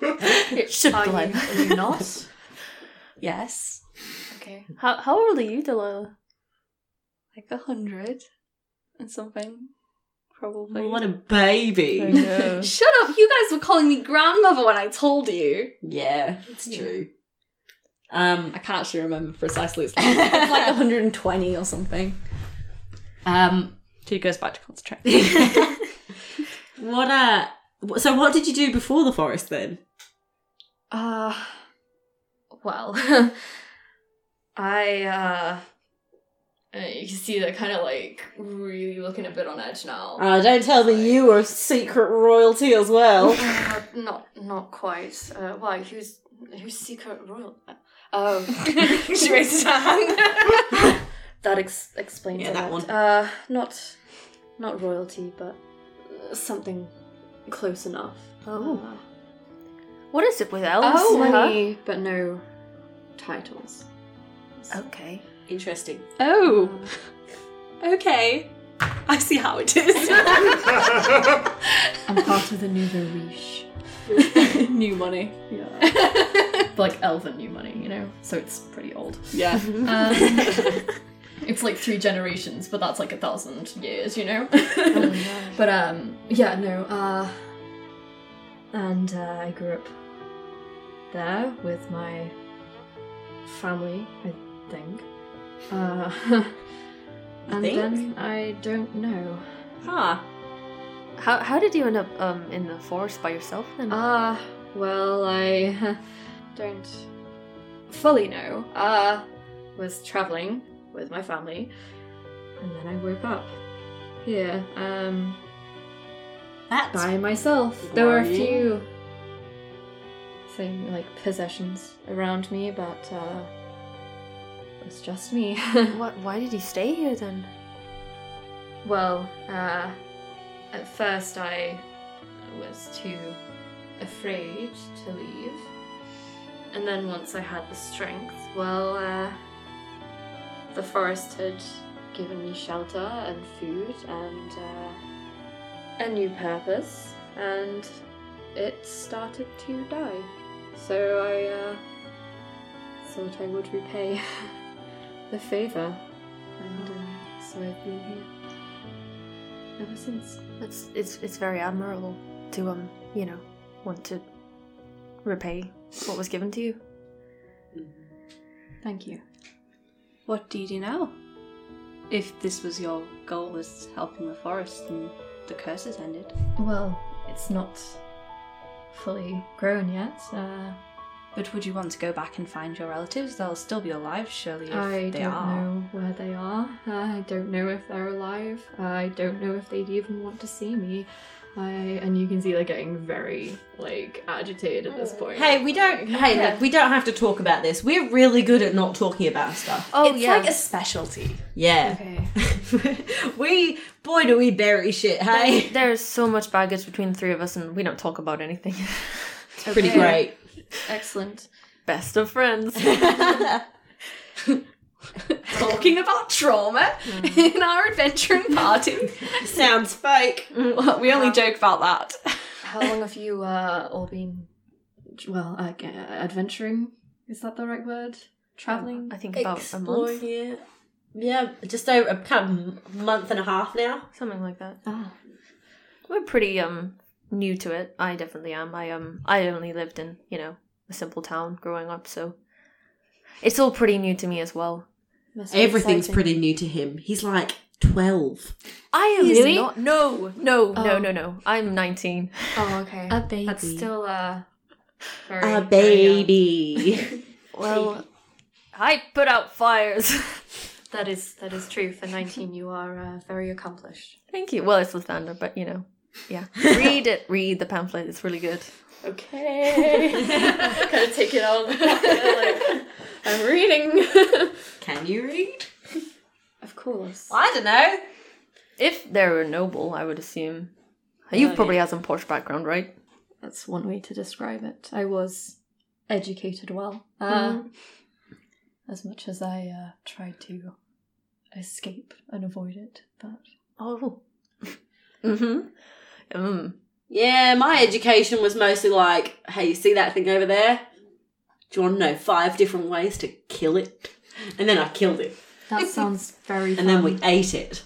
blow.
are you not?
Yes.
Okay.
How, how old are you, Delilah?
Like a hundred and something. Probably.
What a baby.
No.
Shut up! You guys were calling me grandmother when I told you.
yeah, it's true. Um,
I can't actually remember precisely. It's like, it's like 120 or something.
um,
She goes back to concentrate.
what, uh, so what did you do before the forest then?
Uh, well, I, uh,
Uh, you can see they're kind of like really looking a bit on edge now.
Oh, don't tell me you were secret royalty as well.
uh, not, not quite. Uh, why? Who's, who's secret royal? Um,
she raises her hand.
that ex- explains
Yeah,
a lot.
that one.
Uh, not, not royalty, but uh, something close enough.
Oh.
Uh,
What is it with elves?
Oh,
huh?
money, but no titles.
Okay.
Interesting.
oh. Okay. I see how it is.
I'm part of the nouveau riche.
new money.
Yeah.
yeah.
But, like elven new money, you know? So it's pretty old. Um, it's like three generations, but that's like a thousand years, you know? but um, yeah, no, uh. And uh, I grew up there with my family, I think. Uh, and
think?
then I don't know.
Huh.
How, how did you end up um in the forest by yourself then?
Ah, well, I don't fully know. Uh, was traveling with my family, and then I woke up here, um,
That's
by myself. There were a
worrying.
few thing like possessions around me, but uh, it was just me.
Why, why did you stay here then?
Well, uh, At first, I was too afraid to leave. And then once I had the strength, well, uh, the forest had given me shelter and food and uh, a new purpose, and it started to die. So I uh, thought I would repay the favour, and uh, so I've been here ever since.
It's it's it's very admirable to um you know want to repay what was given to you.
Thank you.
What do you do now? If this was your goal, was helping the forest and the curse has ended.
Well, it's not fully grown yet. Uh,
But would you want to go back and find your relatives? They'll still be alive, surely, if
I
they
don't
are.
know where they are. I don't know if they're alive. I don't know if they'd even want to see me. I, and you can see they're getting very like agitated at
Mm.
this point.
Hey, we don't. Hey, look, we don't have to talk about this. We're really good at not talking about stuff.
Oh
it's
yeah.
like a specialty.
Yeah.
Okay.
we boy do we bury shit. Hey,
there is so much baggage between the three of us, and we don't talk about anything.
it's pretty great.
Excellent.
Best of friends.
Talking about trauma in our adventuring party.
Sounds fake.
we only joke about that.
How long have you uh, all been? Well, uh, g- adventuring is that the right word? Traveling.
I think about a month,
Exploring it. Yeah, just over a kind of month and a half now.
something like that.
Ah,
We're pretty um new to it. I definitely am. I um I only lived in you know a simple town growing up, so it's all pretty new to me as well.
must be
Everything's
exciting.
pretty new to him. He's like twelve.
I am
Really?
not. No, no,
Oh.
no, no, no. I'm 19.
Oh, okay.
A baby.
That's still uh, very,
a
very young.
baby.
Well, I put out fires.
That is that is true. For nineteen, you are uh, very accomplished.
Thank you. Well, it's Lathander, but you know, yeah. Read it. Read the pamphlet. It's really good.
Okay. Gotta take it on. Like, I'm reading.
Can you read?
of course.
I don't know.
If they're noble, I would assume. You've probably had some posh background, right?
That's one way to describe it. I was educated well. Uh,
Mm-hmm.
As much as I uh, tried to escape and avoid it, but
Oh. mm-hmm. Mm.
Yeah, my education was mostly like, hey, you see that thing over there? Do you want to know five different ways to kill it? And then I killed it.
that sounds very.
And then we ate it.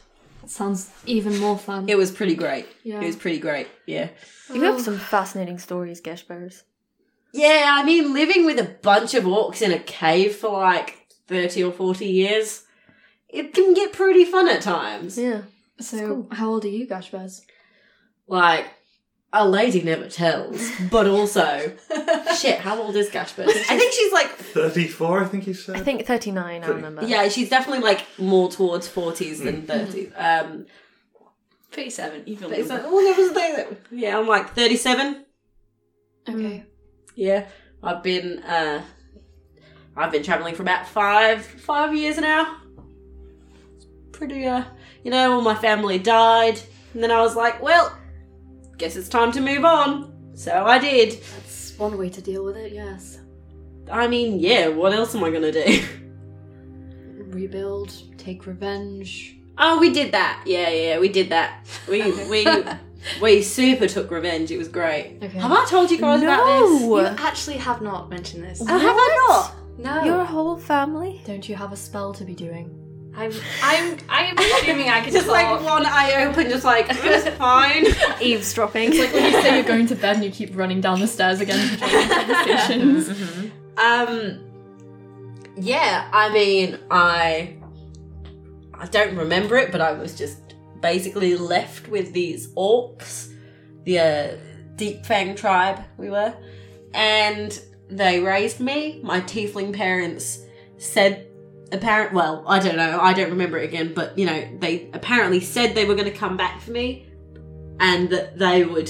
sounds even more fun.
It was pretty great.
Yeah.
It was pretty great. Yeah.
You
Oh.
have some fascinating stories, Gesh Bears.
Yeah, I mean, living with a bunch of orcs in a cave for like 30 or 40 years, it can get pretty fun at times.
Yeah.
so, how old are you, Gashbaz?
Like, a lady never tells, but also, shit, how old is Gashbert? I think she's like,
34, I think you said.
I think 39, I remember.
yeah, she's definitely like more towards 40s than 30s. Um,
37, even
but it's like, oh, there was a thing that- yeah, I'm like 37.
Okay.
Yeah, I've been uh, I've been traveling for about five five years now. Pretty uh, you know, all my family died, and then I was like, well, guess it's time to move on. So I did.
That's one way to deal with it. Yes.
I mean, yeah, what else am I gonna do?
Rebuild. Take revenge.
Oh, we did that. Yeah, yeah, we did that. We we we super took revenge. It was great.
Okay.
Have I told you guys
No!
about
You actually have not mentioned this.
this? Oh, have I
No.
not?
Your whole family?
Don't you have a spell to be doing?
I'm I'm I am assuming I can
Just like
talk.
one eye open, just like it was fine.
Eavesdropping.
When you say you're going to bed and you keep running down the stairs again to join conversations.
Um, yeah, I mean, I I don't remember it, but I was just basically left with these orcs, the uh, Deep Fang tribe we were, and they raised me. My tiefling parents said apparent well i don't know i don't remember it again but you know they apparently said they were going to come back for me and that they would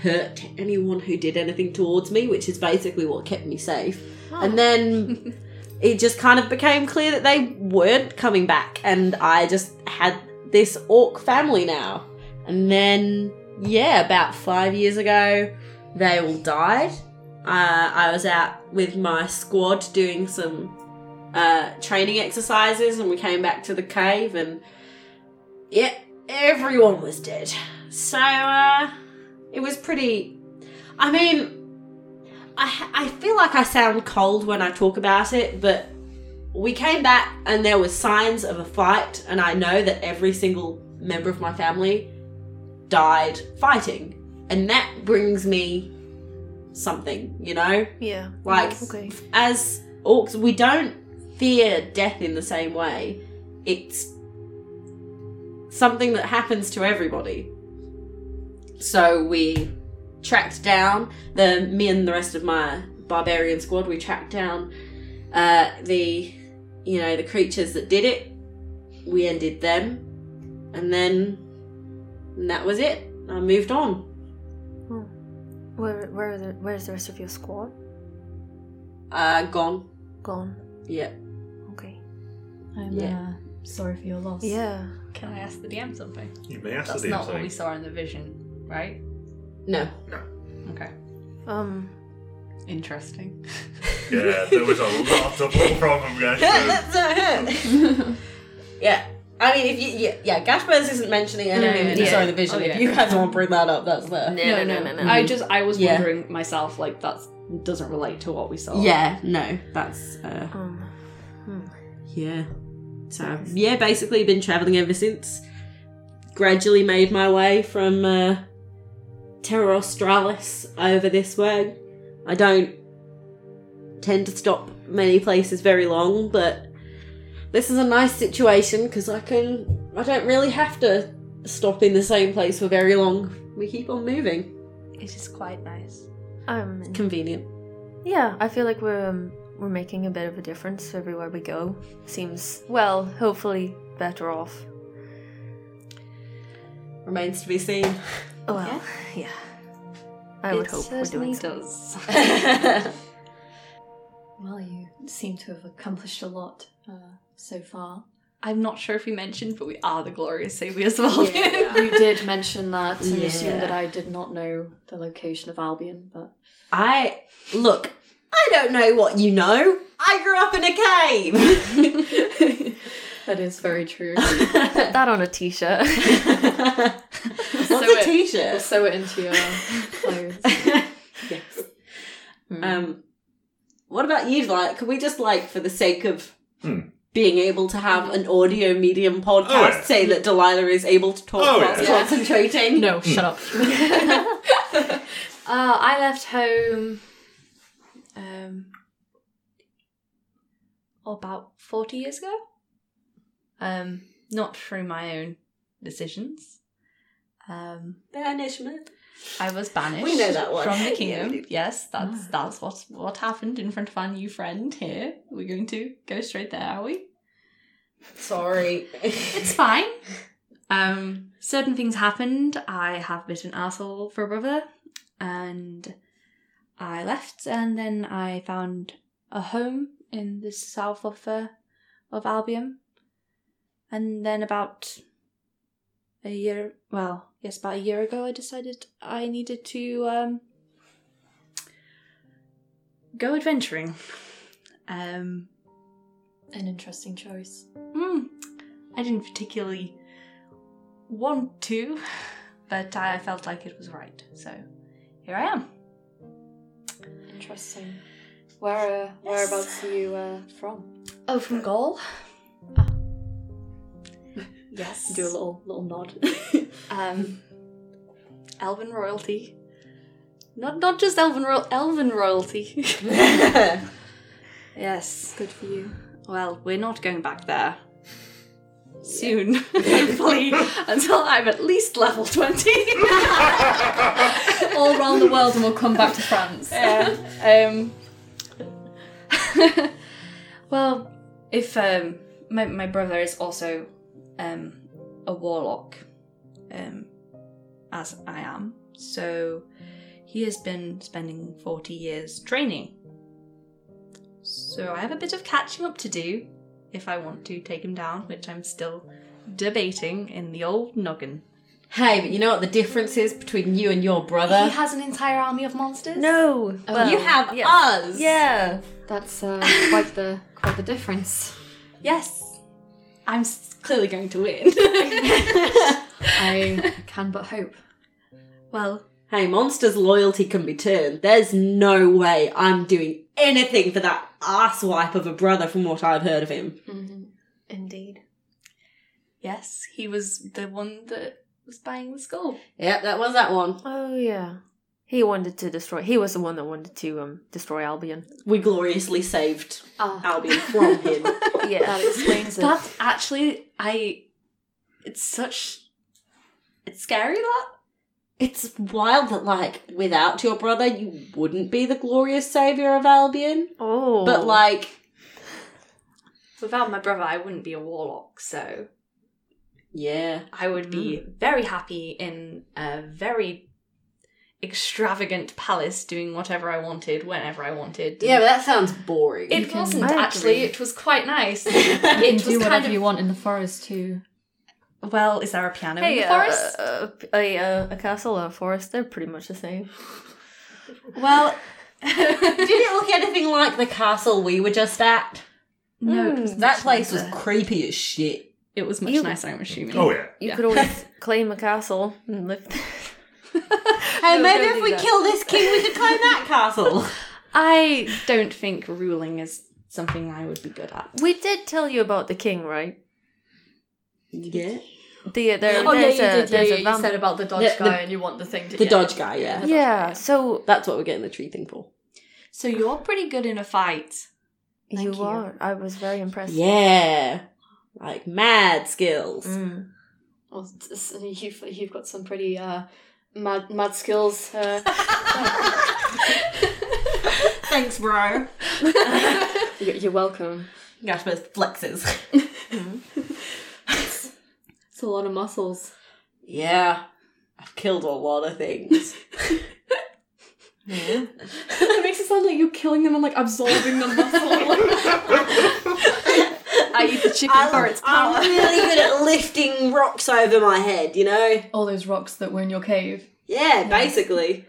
hurt anyone who did anything towards me which is basically what kept me safe and then it just kind of became clear that they weren't coming back and i just had this orc family now And then, yeah, about five years ago, they all died. Uh, I was out with my squad doing some uh, training exercises, and we came back to the cave, and yeah, everyone was dead. So uh, it was pretty. I mean, I I feel like I sound cold when I talk about it, but we came back and there was signs of a fight, and I know that every single member of my family died fighting, and that brings me something, you know.
Yeah.
Like
Okay.
as orcs, we don't fear death in the same way. It's something that happens to everybody. So we tracked down the me and the rest of my barbarian squad. We tracked down uh, the you know the creatures that did it. We ended them, and then and that was it. I moved on.
Where where are the, where's the rest of your squad?
Uh, gone.
Gone.
Yeah.
Okay.
I'm
Yeah.
uh, sorry for your loss.
Yeah.
Can I ask the DM something?
You may ask
That's
the DM
not what
something.
we saw in the vision, right?
No.
Okay.
Um.
Interesting.
Yeah, there was a lot of little problem, guys. So
That's not her. yeah. I mean, if you, yeah, yeah, Gashbez isn't mentioning anything that you
yeah.
saw in the vision.
Oh,
If
yeah.
you guys want to bring that up, that's there.
No, no, no, no. I just I was
Yeah.
wondering myself like that doesn't relate to what we saw.
Yeah, no, that's uh,
Um.
yeah. So yeah, basically been traveling ever since. Gradually made my way from uh, Terra Australis over this way. I don't tend to stop many places very long, but this is a nice situation because I can. I don't really have to stop in the same place for very long. We keep on moving.
It is quite nice.
Um.
Convenient.
Yeah, I feel like we're um, we're making a bit of a difference everywhere we go. Seems well, hopefully better off.
Remains to be seen.
Well, yeah. I would
It
hope we're doing
certainly
so.
does.
Well, you seem to have accomplished a lot uh, so far.
I'm not sure if we mentioned, but we are the glorious Sabius Valdian.
you did mention that and
Yeah.
assume that I did not know the location of Albion, but
I look. I don't know what you know. I grew up in a cave.
that is very true.
Put that on a t-shirt.
What's a
We'll
t-shirt?
sew it into your clothes.
yes. Um, what about you? Like, can we just like, for the sake of
Hmm.
being able to have an audio medium podcast,
Oh, yeah.
say that Delilah is able to talk
Oh,
whilst
yeah.
concentrating?
No, shut up. uh, I left home um,
about 40 years ago. Um, not through my own decisions. Um,
banishment.
I was banished
We know that one.
from the kingdom. yes,
Ah.
that's that's what what happened in front of our new friend here. We're going to go straight there, are we?
Sorry.
It's fine. Um, certain things happened. I have been an asshole for a brother, and I left, and then I found a home in the south of uh, of Albion, and then about a year, well, yes, about a year ago, I decided I needed to um, go adventuring. Um,
an interesting choice.
Hmm. I didn't particularly want to, but I felt like it was right. So here I am.
Interesting. Where uh, whereabouts are you uh, from?
Oh, from Gaul? Yes.
Do a little little nod.
Um, Elven royalty. Not not just Elven royal Elven royalty. yes.
Good for you.
Well, we're not going back there. Soon, hopefully, until I'm at least level twenty.
All around the world, and we'll come back to France.
Yeah. Um, well, if um, my my brother is also um, a warlock, um, as I am, so he has been spending forty years training. So I have a bit of catching up to do if I want to take him down, which I'm still debating in the old noggin.
Hey, but you know what the difference is between you and your brother?
He has an entire army of monsters.
No.
Oh.
well,
you have
yeah.
us.
Yeah.
That's uh, quite the quite the difference.
Yes. I'm s- clearly going to win.
I can but hope.
well,
Hey, monster's loyalty can be turned. There's no way I'm doing anything for that asswipe of a brother from what I've heard of him.
Mm-hmm.
indeed. Yes, he was the one that was buying the skull.
Yep, that was that one.
Oh yeah. He wanted to destroy. He was the one that wanted to um destroy Albion.
We gloriously saved Albion from him.
Yeah.
Ah, That explains it.
That's actually I. It's such. It's scary that.
it's wild that, like, without your brother, you wouldn't be the glorious savior of Albion.
Oh.
But, like,
Without my brother, I wouldn't be a warlock, so
yeah.
I would be
Mm.
very happy in a very extravagant palace doing whatever I wanted, whenever I wanted.
Yeah, but that sounds boring.
It wasn't
I
actually,
agree.
it was quite nice.
You can
it
do
was
whatever
kind
you
of.
want in the forest too.
Well, is there a piano in
Hey,
the
uh,
forest?
uh, a, uh, a castle or a forest, they're pretty much the same.
well,
Did it look anything like the castle we were just at? Hmm,
No, it was
That
much
place was
nicer.
creepy as shit.
it was much
You-
nicer. I'm assuming.
Oh yeah.
You
Yeah.
could always claim a castle and live there.
Hey, maybe
don't
if
do
we
that.
kill this king, we could claim that castle.
I don't think ruling is something I would be good at.
We did tell you about the king, right?
Yeah.
The, uh, there,
Oh yeah,
there's
you
a,
did. Yeah,
there's
yeah,
a
you
vamp-
said about the dodge
The- the-
guy, and you want the thing to
The
yeah.
dodge guy, yeah.
Yeah, so
That's what we're getting the tree thing for.
So you're pretty good in a fight.
you, are. I was very impressed.
Yeah. Like mad skills.
Mm.
Well, s- s- you've you've got some pretty uh, mad mad skills. Uh,
Thanks, bro.
you- you're welcome.
Gasper's flexes.
It's a lot of muscles.
Yeah. I've killed a lot of things. yeah.
it makes it sound like you're killing them and like absorbing the muscle.
I eat the chicken for its
I'm
power.
really good at lifting rocks over my head, you know?
All those rocks that were in your cave.
Yeah, basically.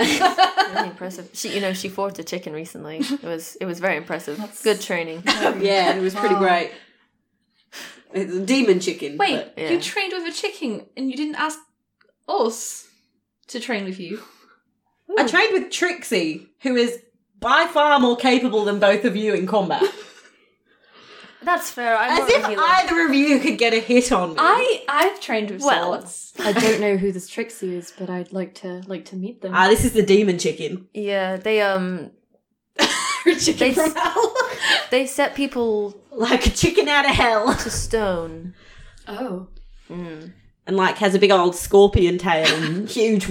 Really impressive. She, you know, she fought a chicken recently. It was, it was very impressive. Good training.
Yeah, it was pretty
Oh.
great. It's a demon chicken.
Wait,
Yeah.
you trained with a chicken and you didn't ask us to train with you.
but I trained with Trixie, who is by far more capable than both of you in combat.
That's fair. I'm
As
not
if
a healer.
either of you could get a hit on me.
Um,
I I've trained with
Well-
swords.
I don't know who this Trixie is, but I'd like to like to meet them.
Ah, this is the demon chicken.
Yeah, they um,
chicken
They-
from hell.
they set people
like a chicken out of hell.
to stone.
oh,
and like has a big old scorpion tail and huge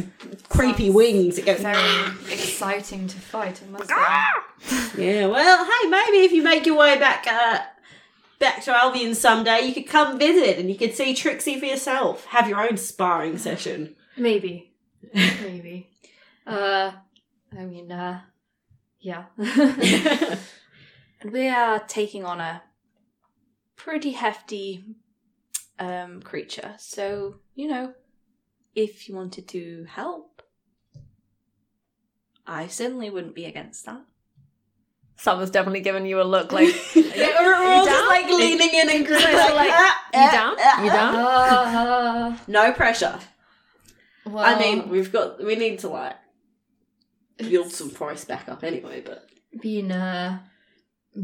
creepy wings. It goes,
very exciting to fight. I must say.
Ah!
yeah. Well, hey, maybe if you make your way back uh, back to Albion someday, you could come visit and you could see Trixie for yourself. Have your own sparring session.
Maybe. Maybe. Uh, I mean, uh, yeah.
And we are taking on a pretty hefty um creature. So, you know, if you wanted to help, I certainly wouldn't be against that.
Sam was definitely giving you a look like,
yeah, we're all just like leaning in and just
like, "You down? You down?"
Uh,
uh, No pressure.
well,
I mean, we've got we need to like build some price back up anyway, but
been uh,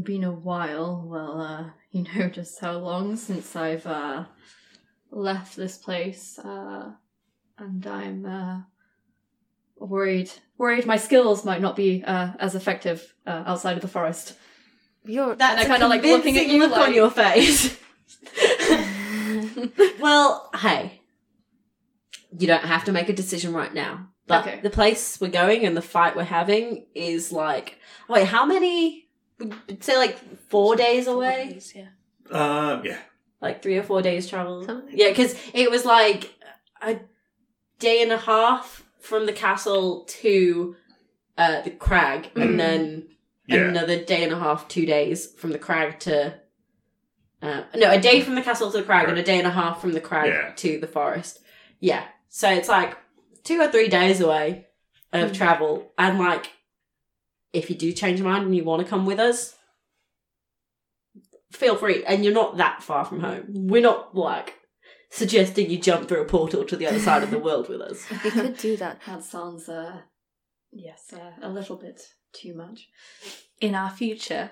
been a while. Well, uh, you know just how long since I've uh left this place. Uh, and I'm uh worried. Worried my skills might not be uh as effective uh, outside of the forest.
"You're
That's
And I kinda, like, looking at
convincing
you,
look on
like-
your face. well, hey, you don't have to make a decision right now. But
Okay.
the place we're going and the fight we're having is like, wait, how many? would Say like four days away,
Uh, yeah.
like three or four days travel.
Something like
Yeah, because it was like a day and a half from the castle to uh, the crag, and then
Yeah.
another day and a half, two days from the crag to. Uh, no, a day from the castle to the crag, and a day and a half from the crag
Yeah.
to the forest. Yeah. So it's like two or three days away of travel. And like, if you do change your mind and you want to come with us, feel free. And you're not that far from home. We're not like suggesting you jump through a portal to the other side of the world with us.
We could do that. That sounds, uh, yes, uh, a little bit too much.
In our future,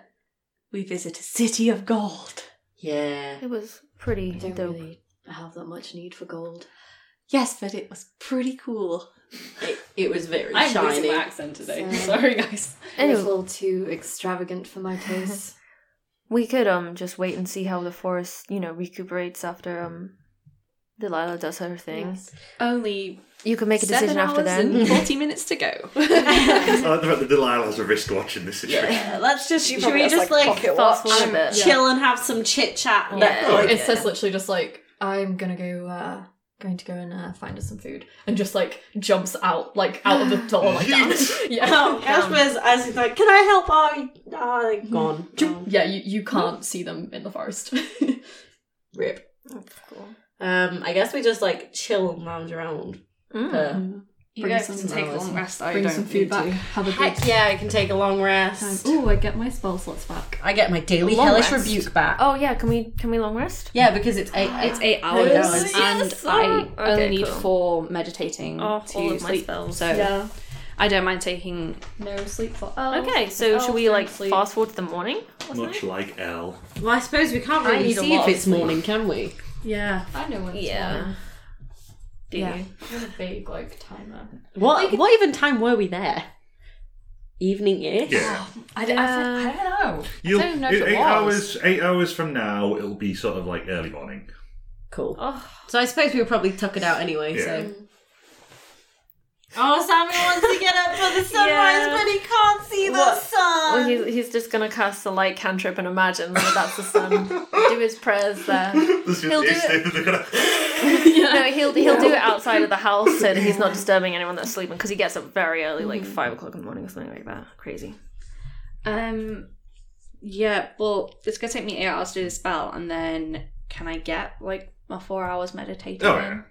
we visit a city of gold.
Yeah.
It was pretty. I don't really have that much need for gold.
Yes, but it was pretty cool.
It, it was very
I'm losing
shiny.
my accent today.
So-
Sorry, guys.
It was a little too extravagant for my taste.
We could um just wait and see how the forest, you know, recuperates after um Delilah does her thing.
Only
You can make a
seven
decision after
hours
then.
and Forty minutes to go.
I like Uh, the fact that Delilah's a wristwatch in this situation.
Yeah, let's just. Should
probably
we
has,
just
like,
like,
pocket
Fast
um,
forward a bit.
chill and have some chit chat?
Yeah. It says literally just like, I'm gonna go, uh, going to go and uh, find us some food. And just like jumps out, like out of the door like that. yeah. Um,
Oh, Ashman's as he's like, "Can I help?" Oh, oh they're gone.
Yeah, you, you can't see them in the forest.
Rip. Um, I guess we just like chill and lounge around.
Mm.
Uh,
you
Bring
guys
some
can take a
flowers
long
and
rest. I
Bring
don't
some
need
food back.
to.
Have a good
heck yeah, I can take a long rest.
Oh, I get my spell slots back.
I get my daily
long
hellish
rest?
rebuke back.
Oh yeah, can we can we long rest?
yeah, because it's eight.
It's eight hours,
Yes,
and
yes,
I
oh,
only
okay,
need
cool.
four meditating
Oh,
to
all of my
sleep.
spells.
So
Yeah.
I don't mind taking.
No sleep for elf.
Okay, so should we like fast forward to the morning? or
Much
something?
like L.
Oh,
Well, I suppose we can't
I
really
need a
see if
lot of
it's morning, can we?
Yeah. I know when it's
Yeah. Do
Yeah.
you?
morning. What a vague like timer.
What? what even time were we there? Evening ish.
Yeah.
I don't, I, think- I don't know.
You'll,
I don't know if it
eight
was.
hours. Eight hours from now, it'll be sort of like early morning.
Cool.
Oh.
So I suppose we were probably tuck it out anyway.
Yeah.
So. Oh, Samuel wants to get up for the sunrise,
Yeah.
but he can't see the
What-
sun.
Well, he's, he's just gonna cast a light cantrip and imagine that that's the sun. do his prayers there.
This is
He'll do
it's- they're gonna-
No, he'll he'll do it outside of the house so that he's not disturbing anyone that's sleeping because he gets up very early, like five o'clock in the morning or something like that. Crazy.
Um, yeah. Well, it's gonna take me eight hours to do the spell, and then can I get like my four hours meditating?
Oh,
in?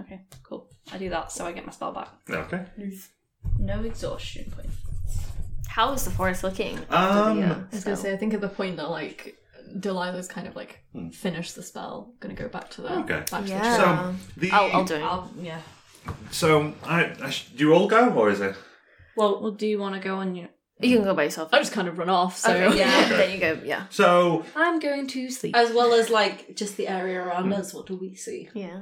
Okay, cool. I do that, so I get my spell back.
Okay.
No exhaustion point.
How is the forest looking? uh,
Um,
I was gonna say, I think at the point that like Delilah's kind of like finished the spell, gonna go back to the
Okay.
back to the
Yeah.
Um,
ship.
So the
I'll, I'll do it.
I'll- yeah.
so I, I sh- do you all go or is it?
Well, well, do you want to go on? Your...
You can go by yourself.
I just kind of run off. So
Okay, yeah,
Okay.
there you go. Yeah,
So
I'm going to sleep.
As well as like just the area around us, what do we see?
yeah.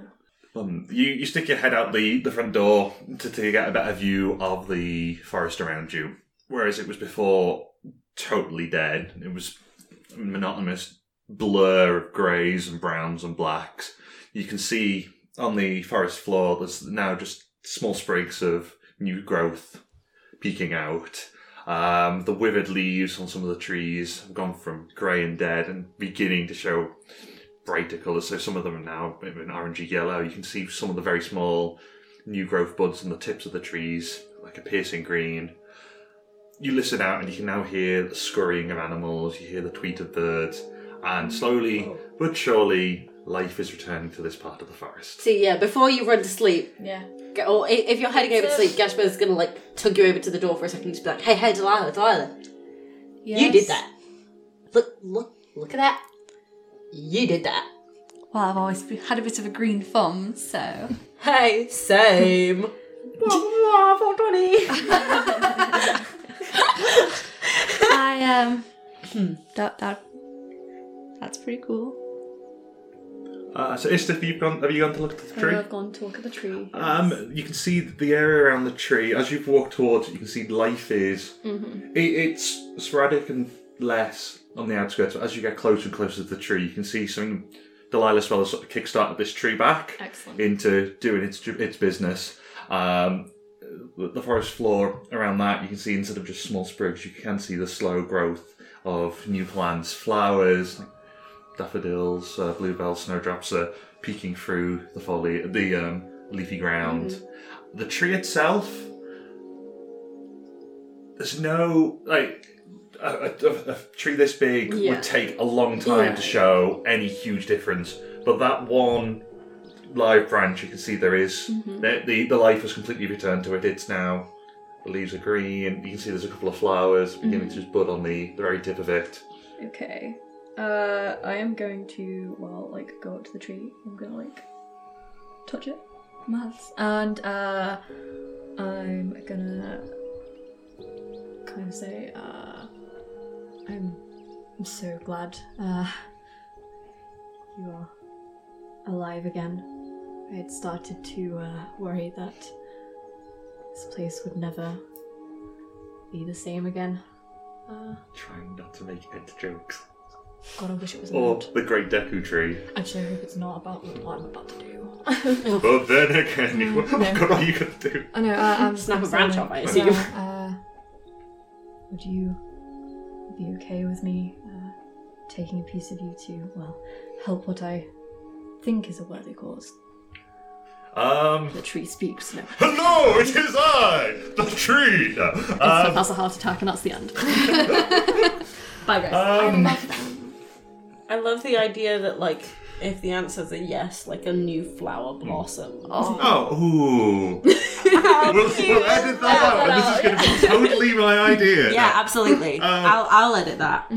um, you you stick your head out the the front door to to get a better view of the forest around you, whereas it was before totally dead. It was a monotonous blur of greys and browns and blacks. You can see on the forest floor there's now just small sprigs of new growth peeking out. Um, the withered leaves on some of the trees have gone from grey and dead and beginning to show brighter colours. So some of them are now in an orangey yellow. You can see some of the very small new growth buds on the tips of the trees, like a piercing green. You listen out and you can now hear the scurrying of animals, you hear the tweet of birds, and slowly but surely life is returning to this part of the forest.
See, yeah, before you run to sleep,
Yeah.
go- or i- if you're heading over to sleep, Gashmer's gonna like tug you over to the door for a second and just be like, hey, hey, Delilah, Delilah, you did that. Look, look, look at that. You did that.
Well, I've always be- had a bit of a green thumb, so.
Hey, same. Blah, blah, 420.
I um. that that. That's pretty cool.
Uh, so Istith, you've gone, have you gone to look at the tree?
I've gone to look at the tree.
Um, you can see the area around the tree. As you've walked towards it, you can see life is.
Mm-hmm.
It, it's sporadic and less on the outskirts. But as you get closer and closer to the tree, you can see something. Delilah Spell has sort of kickstarted this tree back
Excellent.
into doing its its business. Um, the the forest floor around that, you can see instead of just small sprigs, you can see the slow growth of new plants, flowers, daffodils, uh, bluebells, snowdrops are peeking through the foli- the um, leafy ground. The tree itself, there's no like a, a- a- a tree this big
Yeah.
would take a long time to show any huge difference, but that one live branch, you can see there is- the, the the life has completely returned to it. It's now the leaves are green. You can see there's a couple of flowers beginning to just bud on the, the very tip of it.
Okay. Uh, I am going to, well, like, go up to the tree. I'm gonna, like, touch it. Maths. And, uh, I'm gonna kind of say, uh,
I'm, I'm so glad uh, you are alive again. I had started to uh, worry that this place would never be the same again. Uh,
Trying not to make head jokes.
God, I wish it was
Or
not.
the Great Deku Tree.
Actually, I hope it's not about what I'm about to do.
But then again, you, what
no.
good are you going to do?
I know. Uh, I'm
Snap
I'm
a branch
sorry.
off, I
No,
assume.
uh, would you be okay with me uh, taking a piece of you to well help what I think is a worthy cause?
Um,
The tree speaks. No,
hello, it is I, the tree. No, um,
that's a heart attack, and that's the end.
bye guys.
um,
I love the idea that like if the answer's a yes, like a new flower blossom.
oh, ooh. we'll, we'll edit that out, and this is going to be totally my idea.
Yeah, absolutely. I'll I'll edit that.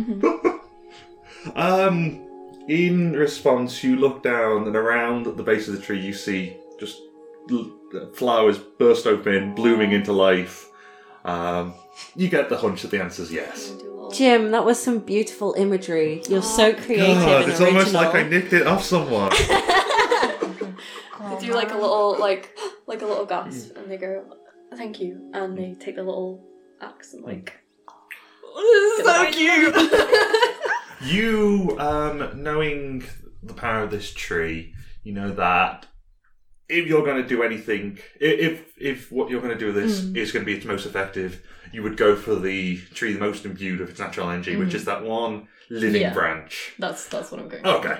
Um, in response, you look down and around at the base of the tree. You see just l- flowers burst open, blooming into life. Um, you get the hunch that the answer's yes.
Jim, that was some beautiful imagery. You're so creative
God,
and
it's
original.
almost like I nicked it off someone.
They do like a little like like a little gasp and they go, Thank you and they take the little axe and like
This is so cute.
You, um, knowing the power of this tree, you know that if you're going to do anything, i- if if what you're going to do with this
Mm.
is going to be its most effective, you would go for the tree the most imbued of its natural energy, which is that one living
Mm. Yeah.
branch.
that's that's what I'm going
Okay.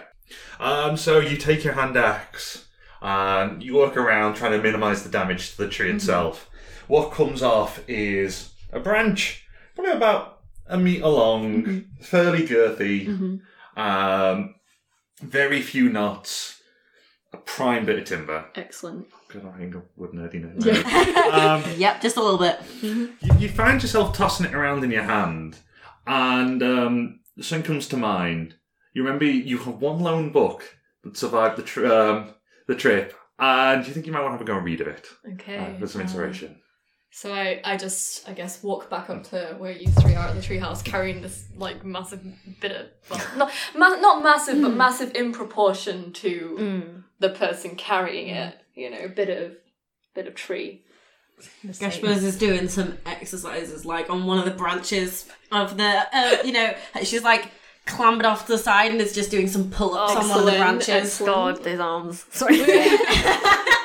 Um, so you take your hand axe and you walk around trying to minimize the damage to the tree
Mm-hmm.
itself. What comes off is a branch, probably about a meter long,
Mm-hmm.
fairly girthy, um, very few knots, a prime bit of timber.
Excellent.
Because I think I would nerdy know. um,
yep, just a little bit.
you, you find yourself tossing it around in your hand, and um, something comes to mind. You remember you have one lone book that survived the tr- um, the trip, and you think you might want to have a go and read of it
Okay. um,
uh, for some inspiration.
So I, I just I guess walk back up to where you three are at the treehouse carrying this like massive bit of well, not ma- not massive but massive in proportion to the person carrying it you know bit of bit of tree
Geshmers is doing some exercises, like on one of the branches of the, uh, you know, she's like clambered off to the side and is just doing some pull-ups on one of the
Excellent,
branches.
God, those arms. Sorry.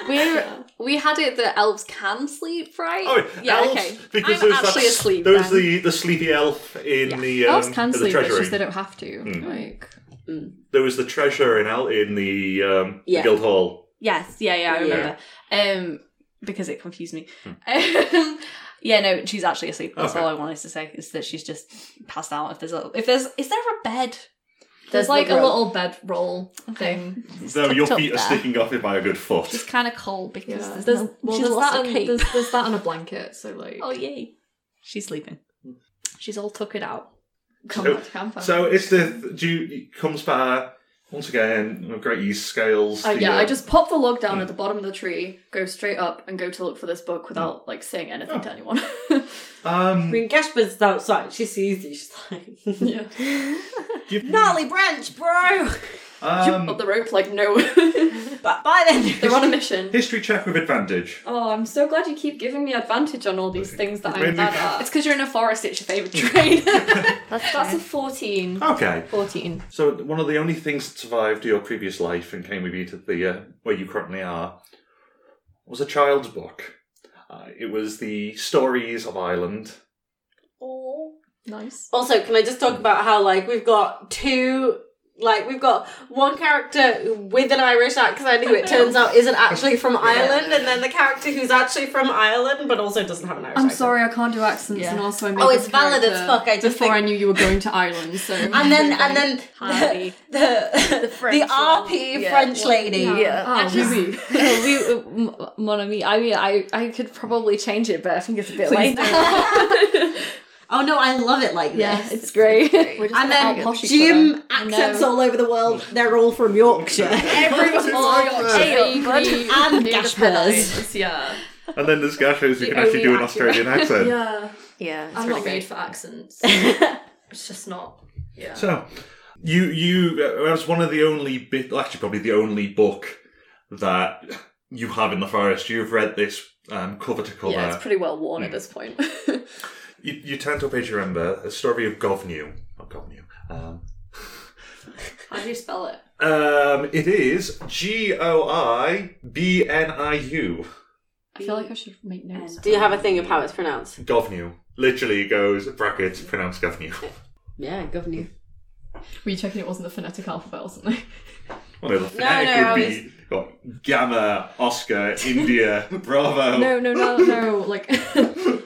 we we had it that elves can sleep right
Oh, elves, because
I'm
those,
actually
that's-
asleep
Those
then.
the the sleepy elf in the um,
elves can
at the
sleep it's
treasury.
just they don't have to like
There was the treasure in El- in the um,
Yeah.
guild hall.
Yes, yeah, yeah, I remember. Um, because it confused me. Um, yeah, no, she's actually asleep. That's
Okay.
all I wanted to say is that she's just passed out. If there's a, if there's, is there a bed?
there's like a
rope.
little bed roll thing
Though your
tucked up
feet are
there.
sticking off it by a good foot.
It's kind of cold because
there's,
there's,
there's,
no,
well,
she's
there's
lost
that
her
and,
cape.
there's, there's that and a blanket so like
Oh yay, she's sleeping. She's all tuckered out.
come
So-
back to campfire
So it's the Jew comes by once again with great use scales.
Uh,
the,
yeah,
uh,
I just pop the log down at the bottom of the tree, go straight up, and go to look for this book without like saying anything to anyone.
I
Oh.
um
mean, Geshmer's outside. She sees you. She's like,
yeah,
give-
gnarly branch, bro.
up
um
the rope, like no,
But by then,
they're on a mission.
history check with advantage.
Oh, I'm so glad you keep giving me advantage on all these things that
Really?
I'm bad at.
It's because you're in a forest. It's your favorite trade.
Let's
That's a 14.
Okay,
14.
so one of the only things that survived your previous life and came with you to the uh, where you currently are was a child's book. Uh, it was the stories of Ireland.
Nice.
Also, can I just talk about how like we've got two
Like we've got one character with an Irish accent who it turns out isn't actually from Ireland, and then the character who's actually from Ireland but also doesn't have an Irish
I'm
accent.
sorry, I can't do accents, and also I made
Oh,
this
it's valid as
character
fuck, I just
before
think-
I knew you were going to Ireland, so
And then and then the the, the, RP French lady.
Oh,
I just-
oui, oui.
we, m- mon ami. I mean, I, I could probably change it, but I think it's a bit late.
Oh no, I love it like
yeah,
this.
it's great.
We're just
And
gonna
then
outposh each
Jim
know.
accents all over the world. They're all from Yorkshire.
Everyone's
and Gashpers.
yeah.
And then there's Gashos who
The
can actually do an
only
Australian accent.
Yeah,
Yeah.
I'm
really
not made for accents. it's just not. Yeah.
So, you you uh, that was one of the only bit, well, actually probably the only book that you have in the forest. You've read this um, cover to cover.
Yeah, it's pretty well
Hmm.
worn at this point.
you, you turn to a page you remember a story of Govnew. Not Govnew. Um,
How do you spell it?
um, it is G O I B N I U.
I feel like I should make notes.
Do you have a thing of how it's pronounced?
Govnew. Literally goes brackets pronounced Govnew.
Yeah, governor.
Were you checking it wasn't the phonetic alphabet or something?
Well, no, the phonetic
no, I
would be got Gamma, Oscar, India, Bravo.
No, no, no, no. Like,
The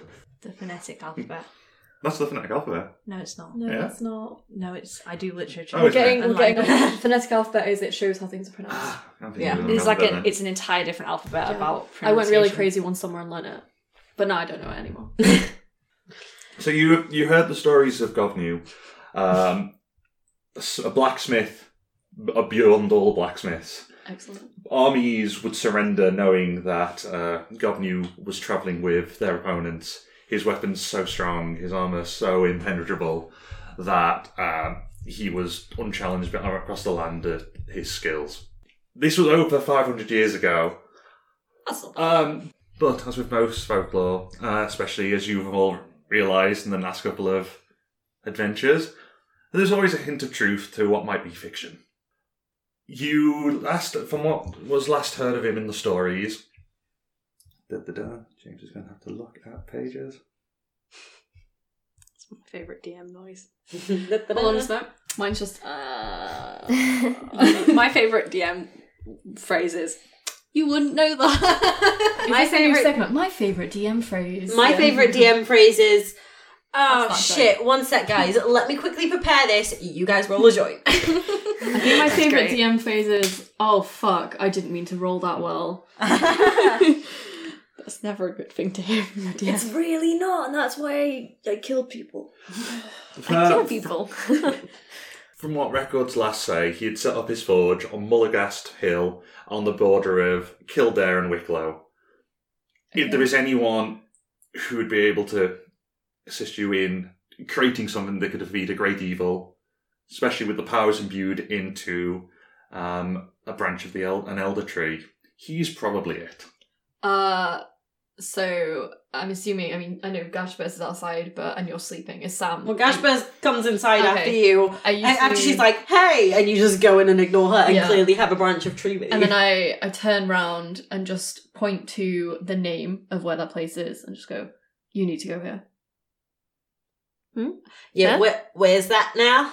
phonetic alphabet.
That's the phonetic alphabet.
No, it's not.
no,
Yeah.
that's not.
No, it's. I do literature.
Oh, We're it's getting-
We're getting the phonetic alphabet is it shows how things are pronounced.
Yeah.
It's like an. It's an entire different alphabet about.
I went really
pronunciation.
crazy one summer and learned it, but now I don't know it anymore.
So you you heard the stories of Govnew, um, s- a blacksmith, a beyond all blacksmiths.
Excellent.
Armies would surrender knowing that uh, Govnew was travelling with their opponents. His weapons so strong, his armour so impenetrable, that um, he was unchallenged across the land at his skills. This was over 500 years ago, um, but as with most folklore, uh, especially as you've all realised in the last couple of adventures, there's always a hint of truth to what might be fiction. You last, from what was last heard of him in the stories. Da-da-da. James is going to have to look at pages.
it's my favourite DM noise.
Hold on just a minute. Mine's just. Uh...
My favorite DM phrase is, "You wouldn't know that."
My favorite segment. My favorite DM phrase.
My
Yeah.
favorite DM phrase is, "Oh
That's not
shit, one sec, guys. Let me quickly prepare this. You guys roll a joint."
I think my favorite DM phrase is. Oh fuck! I didn't mean to roll that well.
That's never a good thing to hear from your DM.
It's really not, and that's why I, I killed people.
Uh,
people.
From what records last say, he had set up his forge on Mulligast Hill on the border of Kildare and Wicklow. If there is anyone who would be able to assist you in creating something that could defeat a great evil, especially with the powers imbued into um, a branch of the el- an elder tree, he's probably it.
Uh, so I'm assuming. I mean, I know Gashbus is outside, but and you're sleeping. Is Sam?
well, Gashbers comes inside
Okay.
after you.
Are you
And after
sleeping?
she's like, "Hey," and you just go in and ignore her, and
Yeah.
clearly have a branch of tree with
And
you.
then I, I turn round and just point to the name of where that place is and just go, You need to go here.
yeah,
Huh?
where, where's that now?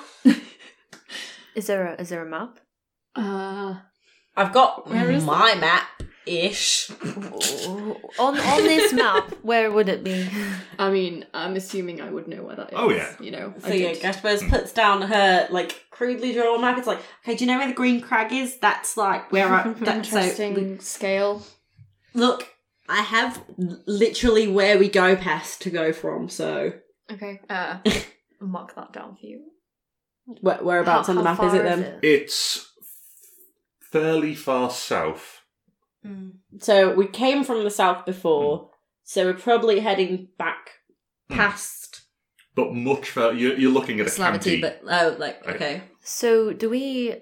Is there a is there a map?
Uh,
I've got
Where is
my map ish.
on on this map, where would it be?
I mean, I'm assuming I would know where that is.
Oh, yeah.
You know,
So
I
yeah,
did.
Gashbers puts down her like crudely drawn map. It's like, okay, do you know where the green crag is? That's like where I. That, so
Interesting scale.
look, I have literally where we go past to go from. So
Okay. Uh, mark that down for you.
where, whereabouts
How-
on the
how
map is
far
it then?
It's fairly far south.
Hmm.
So we came from the south before, so we're probably heading back
Hmm.
past
But much further, you're, you're looking at a
Slavity,
county.
but oh, like
Right.
okay,
So do we?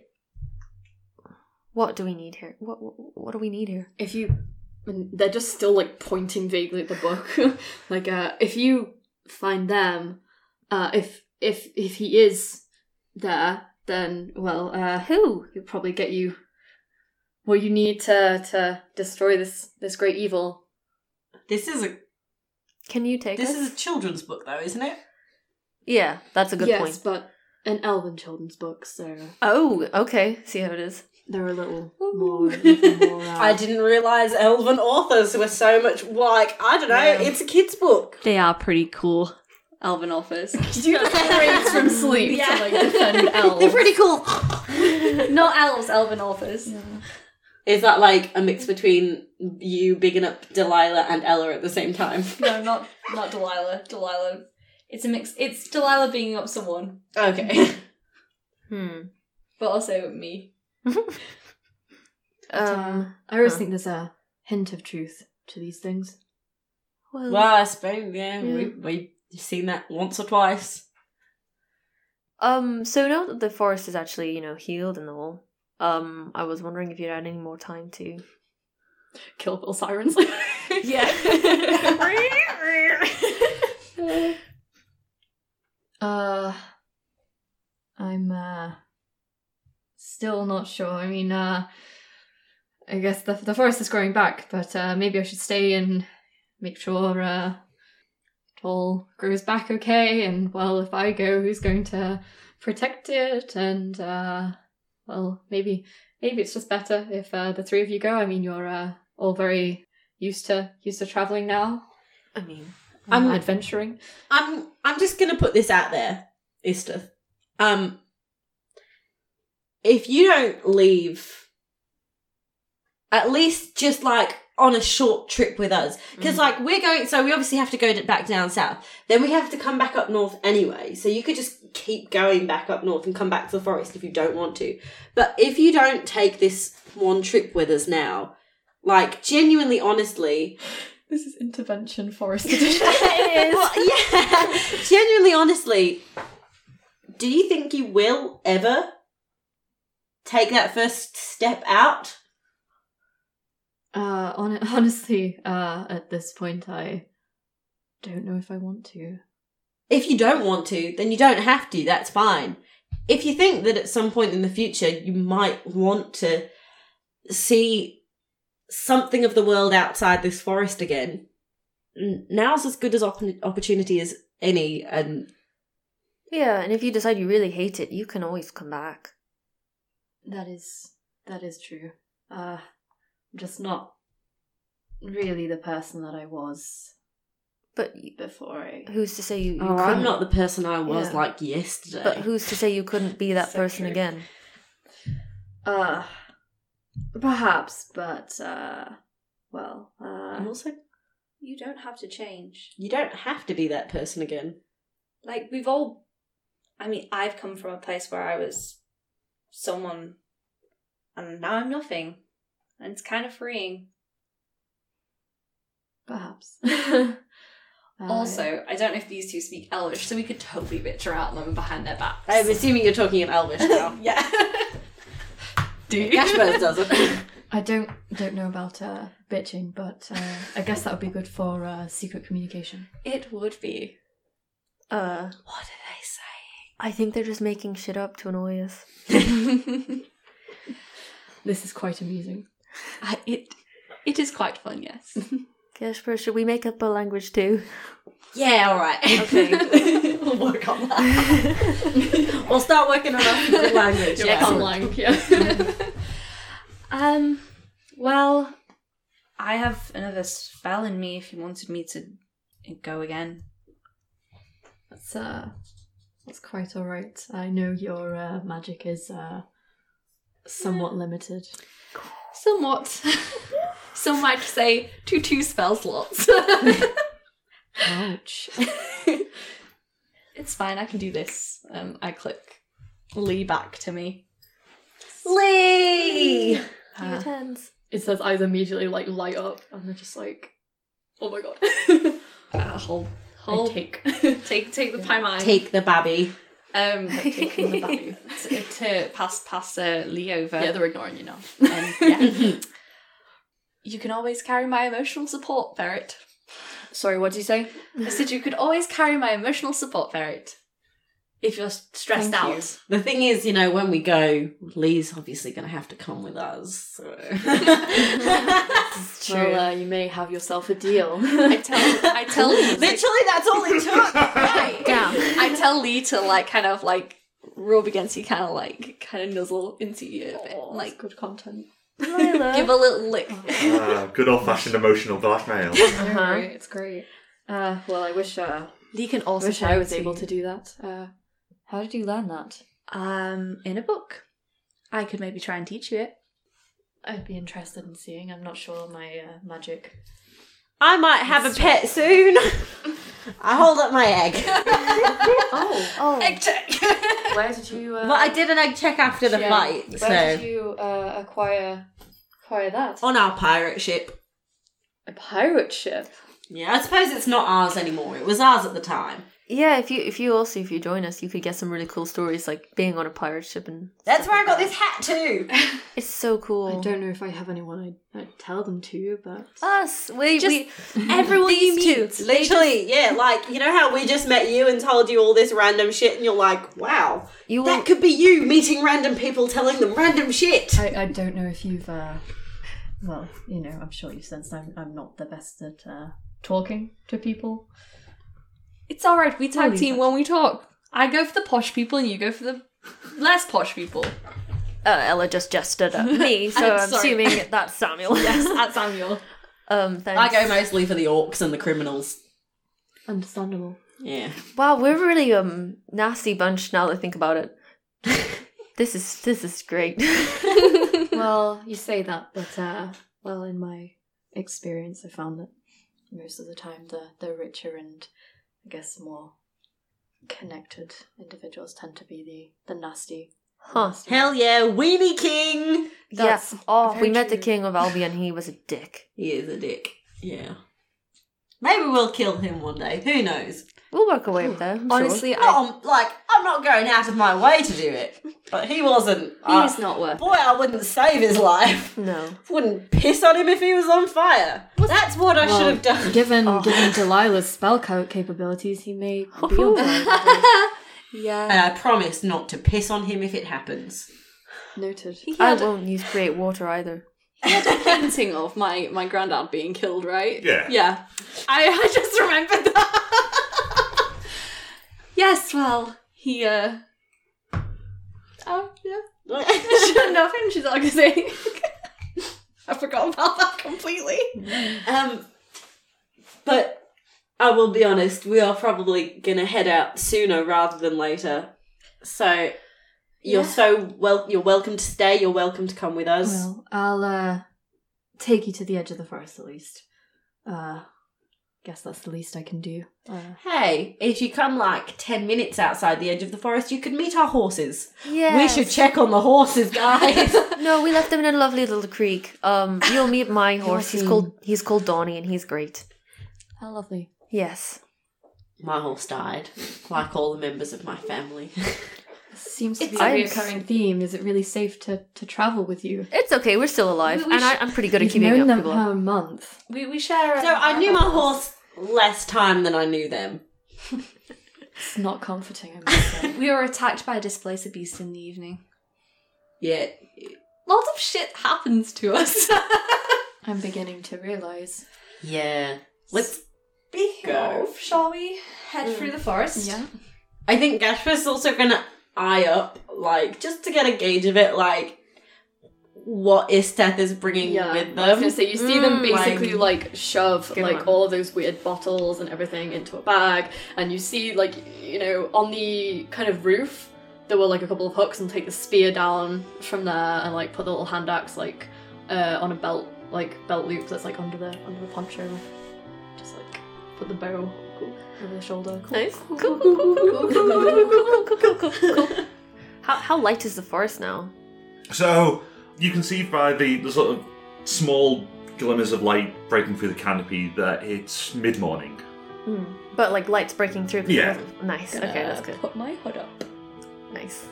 What do we need here? What what, what do we need here?
If you. And they're just still like pointing vaguely at the book. like, uh, if you find them, uh, if if if he is there, then well, uh,
Who?
he'll probably get you what you need to to destroy this this great evil.
this is a
Can you take
this
us?
is a children's book though, isn't it?
Yeah, that's a good
yes,
point.
but an elven children's book, so
Oh, okay. See how it is.
they're a little more. little more, uh,
I didn't realize elven authors were so much like I don't know. It's a kids' book.
They are pretty cool. Elven authors.
Do you just raise from sleep to like defend
They're
elves?
pretty cool.
Not elves, elven authors.
Is that like a mix between you bigging up Delilah and Ella at the same time?
No, not not Delilah. Delilah. It's a mix. It's Delilah being up someone,
Okay.
Hmm.
but also me.
Um.
I always think there's a hint of truth to these things.
Well,
Well, I suppose yeah, We, we've seen that once or twice.
Um. So now that the forest is actually, you know, healed and all, um, I was wondering if you had any more time to.
Kill Bill sirens. uh, I'm uh, still not sure. I mean, uh, I guess the the forest is growing back, but uh, maybe I should stay and make sure uh, it all grows back okay. And well, if I go, who's going to protect it? And uh, well, maybe maybe it's just better if uh, the three of you go. I mean, you're uh, all very used to used to traveling now.
I mean,
and
I'm-
adventuring.
I'm I'm just gonna put this out there, Istith. Um if you don't leave at least just like on a short trip with us because like we're going so we obviously have to go d- back down south then we have to come back up north anyway so you could just keep going back up north and come back to the forest if you don't want to but if you don't take this one trip with us now like genuinely honestly
This is intervention forest edition.
well, yeah. Genuinely, honestly, do you think you will ever take that first step out?
uh, hon- honestly, uh, at this point, I don't know if I want to.
If you don't want to, then you don't have to. That's fine. If you think that at some point in the future you might want to see something of the world outside this forest again, n- now's as good as op- opportunity as any. And
yeah. And if you decide you really hate it, you can always come back.
That is that is true. Uh, I'm just not really the person that I was
But y-
before. I...
who's to say you? you
oh, I'm
couldn't-
not the person I was
Yeah.
like yesterday.
But who's to say you couldn't be that
So
person
true.
again?
Uh, perhaps, but uh, well, uh,
And also,
You don't have to change.
you don't have to be that person again.
Like, we've all. I mean, I've come from a place where I was someone, and now I'm nothing. And it's kind of freeing.
perhaps. Uh,
Also, I don't know if these two speak Elvish, so we could totally bitch her out and them behind their backs.
I'm assuming you're talking in Elvish now.
yeah.
Gashbird doesn't.
I don't don't know about uh, bitching, but uh, I guess that would be good for uh, secret communication.
It would be.
Uh,
What did I say?
I think they're just making shit up to annoy us.
This is quite amusing.
I, it it is quite fun, yes.
Gasper, should we make up a language too?
Yeah, all right. Okay. we'll work on that. we'll start working on our secret language. yeah.
Online, yeah.
um
Well, I have another spell in me if you wanted me to go again.
That's uh, that's quite all right. I know your uh, magic is uh, somewhat limited.
somewhat. Some might say two two spell slots.
Ouch.
it's fine, I can do this. Um I click Lee back to me.
Lee!
Your turns.
it says eyes immediately like light up, and they're just like, oh my god.
Uh, hold
I
hold
take.
take take the pie mine.
Take the babby.
um
taking the value.
to, to pass pass uh, Lee over.
Yeah, they're ignoring you now.
Um, yeah. you can always carry my emotional support, ferret.
Sorry, what did you say?
I said you could always carry my emotional support, ferret. If you're s- stressed
Thank you.
out.
The thing is, you know, when we go, Lee's obviously going to have to come with us. So.
Well, uh, you may have yourself a deal.
I tell I tell Lee
Literally, that's all it took.
I tell Lee to like kind of like rub against you, kind of like kind of nuzzle into you a bit, like
good content.
give a little lick.
Ah, good old fashioned emotional blackmail.
Uh-huh. It's great. Uh, well, I wish uh,
You can
I
also
wish I was
therapy.
able to do that. Uh, how did you learn that?
Um, in a book. I could maybe try and teach you it.
I'd be interested in seeing. I'm not sure my uh, magic.
I might have a pet soon.
I hold up my egg.
Oh,
Egg check.
where did you? Uh,
Well, I did an egg check after the
yeah,
fight,
Where
so
did you uh, acquire acquire that?
on our pirate ship.
A pirate ship.
Yeah, I suppose it's not ours anymore. It was ours at the time.
Yeah, if you if you also if you join us, you could get some really cool stories like being on a pirate ship and
That's where I got this hat too.
it's so
I
cool.
don't know if I have anyone I'd, I'd tell them to, but
Us, we we
Everyone
you
meet, literally, yeah. Like you know how we just met you and told you all this random shit, and you're like, "Wow,
you
that could be you meeting random people, telling them random shit."
I, I don't know if you've. Uh, well, you know, I'm sure you sensed I'm, I'm not the best at uh, talking to people.
It's all right. We tag
Holy
team when we talk. I go for the posh people, and you go for the less posh people.
uh, Ella just gestured at me, so I'm
sorry.
assuming that's Samuel.
at Samuel.
um, thanks.
I go mostly for the orcs and the criminals.
Understandable.
Yeah,
Wow, we're really um nasty bunch now that I think about it. this is this is great.
well, you say that, but uh, well, in my experience, I found that most of the time the the richer and I guess more connected individuals tend to be the the nasty.
Huh.
hell yeah, Weenie King.
Yes.
That's
oh, we
very
met the
true.
king of Albion. He was a dick.
He is a dick. Yeah. Maybe we'll kill him one day. Who knows?
We'll work our way up there. I'm sure.
Honestly,
Not on, like I'm not going out of my way to do it, but he wasn't.
I,
Uh,
he's not worth.
boy, I wouldn't save his life.
no.
Wouldn't piss on him if he was on fire. That's what I should have done.
Given
Oh.
given Delilah's spell co- capabilities, he may be on
And I promise not to piss on him if it happens.
Noted.
I won't use create water either.
Painting of my my granddad being killed, right?
Yeah.
Yeah. I, I just remembered that. yes. Well, he. uh Oh yeah. Sure enough, and she's like, I forgot about that completely.
Um, but I will be honest, we are probably gonna head out sooner rather than later. So you're so well. You're welcome to stay. You're welcome to come with us.
Well, I'll uh, take you to the edge of the forest at least. Uh, guess that's the least I can do. Uh,
Hey, if you come like 10 minutes outside the edge of the forest, you could meet our horses.
Yeah.
We should check on the horses, guys.
No, we left them in a lovely little creek. Um, you'll meet my horse. He's called he's called Donnie, and he's great.
how lovely.
Yes.
my horse died, like all the members of my family.
Seems to
It's
be a
I'm-
recurring theme. Is it really safe to, to travel with you?
It's okay. We're still alive,
We- we
and I,
sh-
I'm pretty good at
You've
keeping
known
up
them
people.
for a month.
We we share.
So I knew my horse less time than I knew them.
It's not comforting, I must say.
We were attacked by a displacer beast in the evening.
Yeah.
Lots of shit happens to us.
I'm beginning to realise.
Yeah. Let's.
Speaking
Go.
of, shall we head through the forest?
Yeah.
I think Gashford's also gonna eye up, like, just to get a gauge of it, like, what Isteth is bringing with
I was
them.
gonna say you see them
Mm, like-
basically like, shove like all of those weird bottles and everything into a bag, and you see like you know on the kind of roof there were like a couple of hooks and take the spear down from there and like put the little hand axe like uh, on a belt like belt loop that's like under the under the poncho, just like put the bow over the shoulder.
Nice. Cool, cool, cool, cool, cool, cool, cool, cool, cool, cool, cool, cool. How how light is the forest now?
So you can see by the, the sort of small glimmers of light breaking through the canopy that it's mid morning.
But like light's breaking through. the
Yeah.
forest. Nice. Okay, that's good.
Put my hood up.
Nice.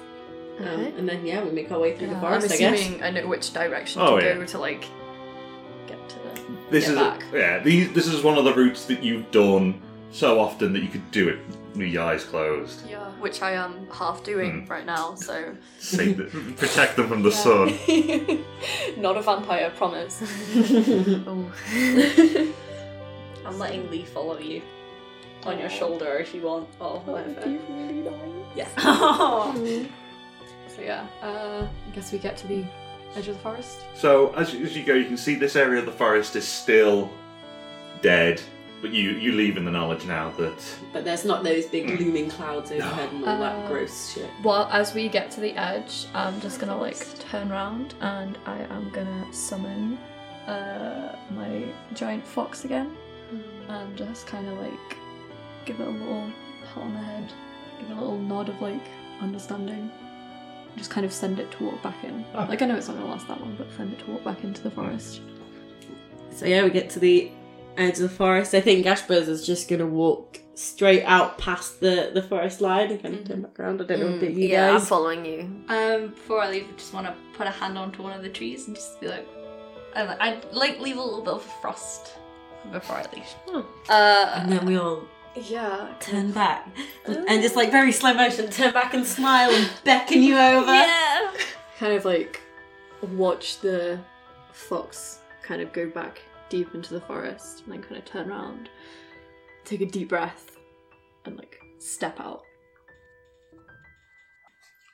Um,
Okay.
and then, yeah, we make our way through the
I'm
forest, I guess.
assuming I know which direction
Oh,
to
yeah.
go to like get to the.
This
Get
is
back.
yeah. These, this is one of the routes that you've done so often that you could do it with your eyes closed.
Yeah, which I am half doing right now, so
Save the, protect them from the sun.
not a vampire, promise.
Oh.
I'm letting Lee follow you.
on your shoulder if you want or whatever. Yeah.
So yeah, uh, I guess we get to the edge of the forest.
So as you, as you go, you can see this area of the forest is still dead, but you you leave in the knowledge now that
But there's not those big looming clouds overhead and all
Uh,
that gross shit.
Well, as we get to the edge, I'm just gonna like turn around and I am gonna summon uh, my giant fox again and just kind of like give it a little pat on the head, give it a little nod of like understanding. Just kind of send it to walk back in.
Ah.
Like I know it's not gonna last that long, but send it to walk back into the forest.
So yeah, we get to the edge of the forest. I think Ashburz is just gonna walk straight out past the, the forest line and kind
Mm-hmm.
of turn back around. I don't know if you
yeah, I'm
guys.
following you.
Um, before I leave, I just want to put a hand onto one of the trees and just be like, I li- I'd like leave a little bit of a frost before I leave.
and then we all
Yeah. Oh.
turn back and just like very slow motion turn back and smile and beckon you over.
Yeah.
Kind of like watch the fox kind of go back deep into the forest and then kind of turn around, take a deep breath, and like step out.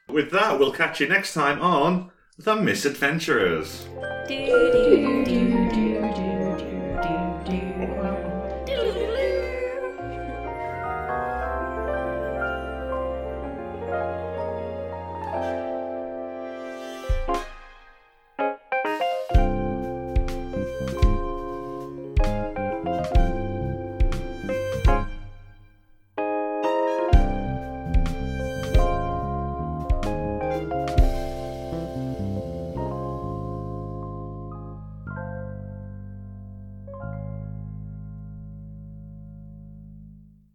with that we'll catch you next time on the Misadventurers.
Do, do, do, do.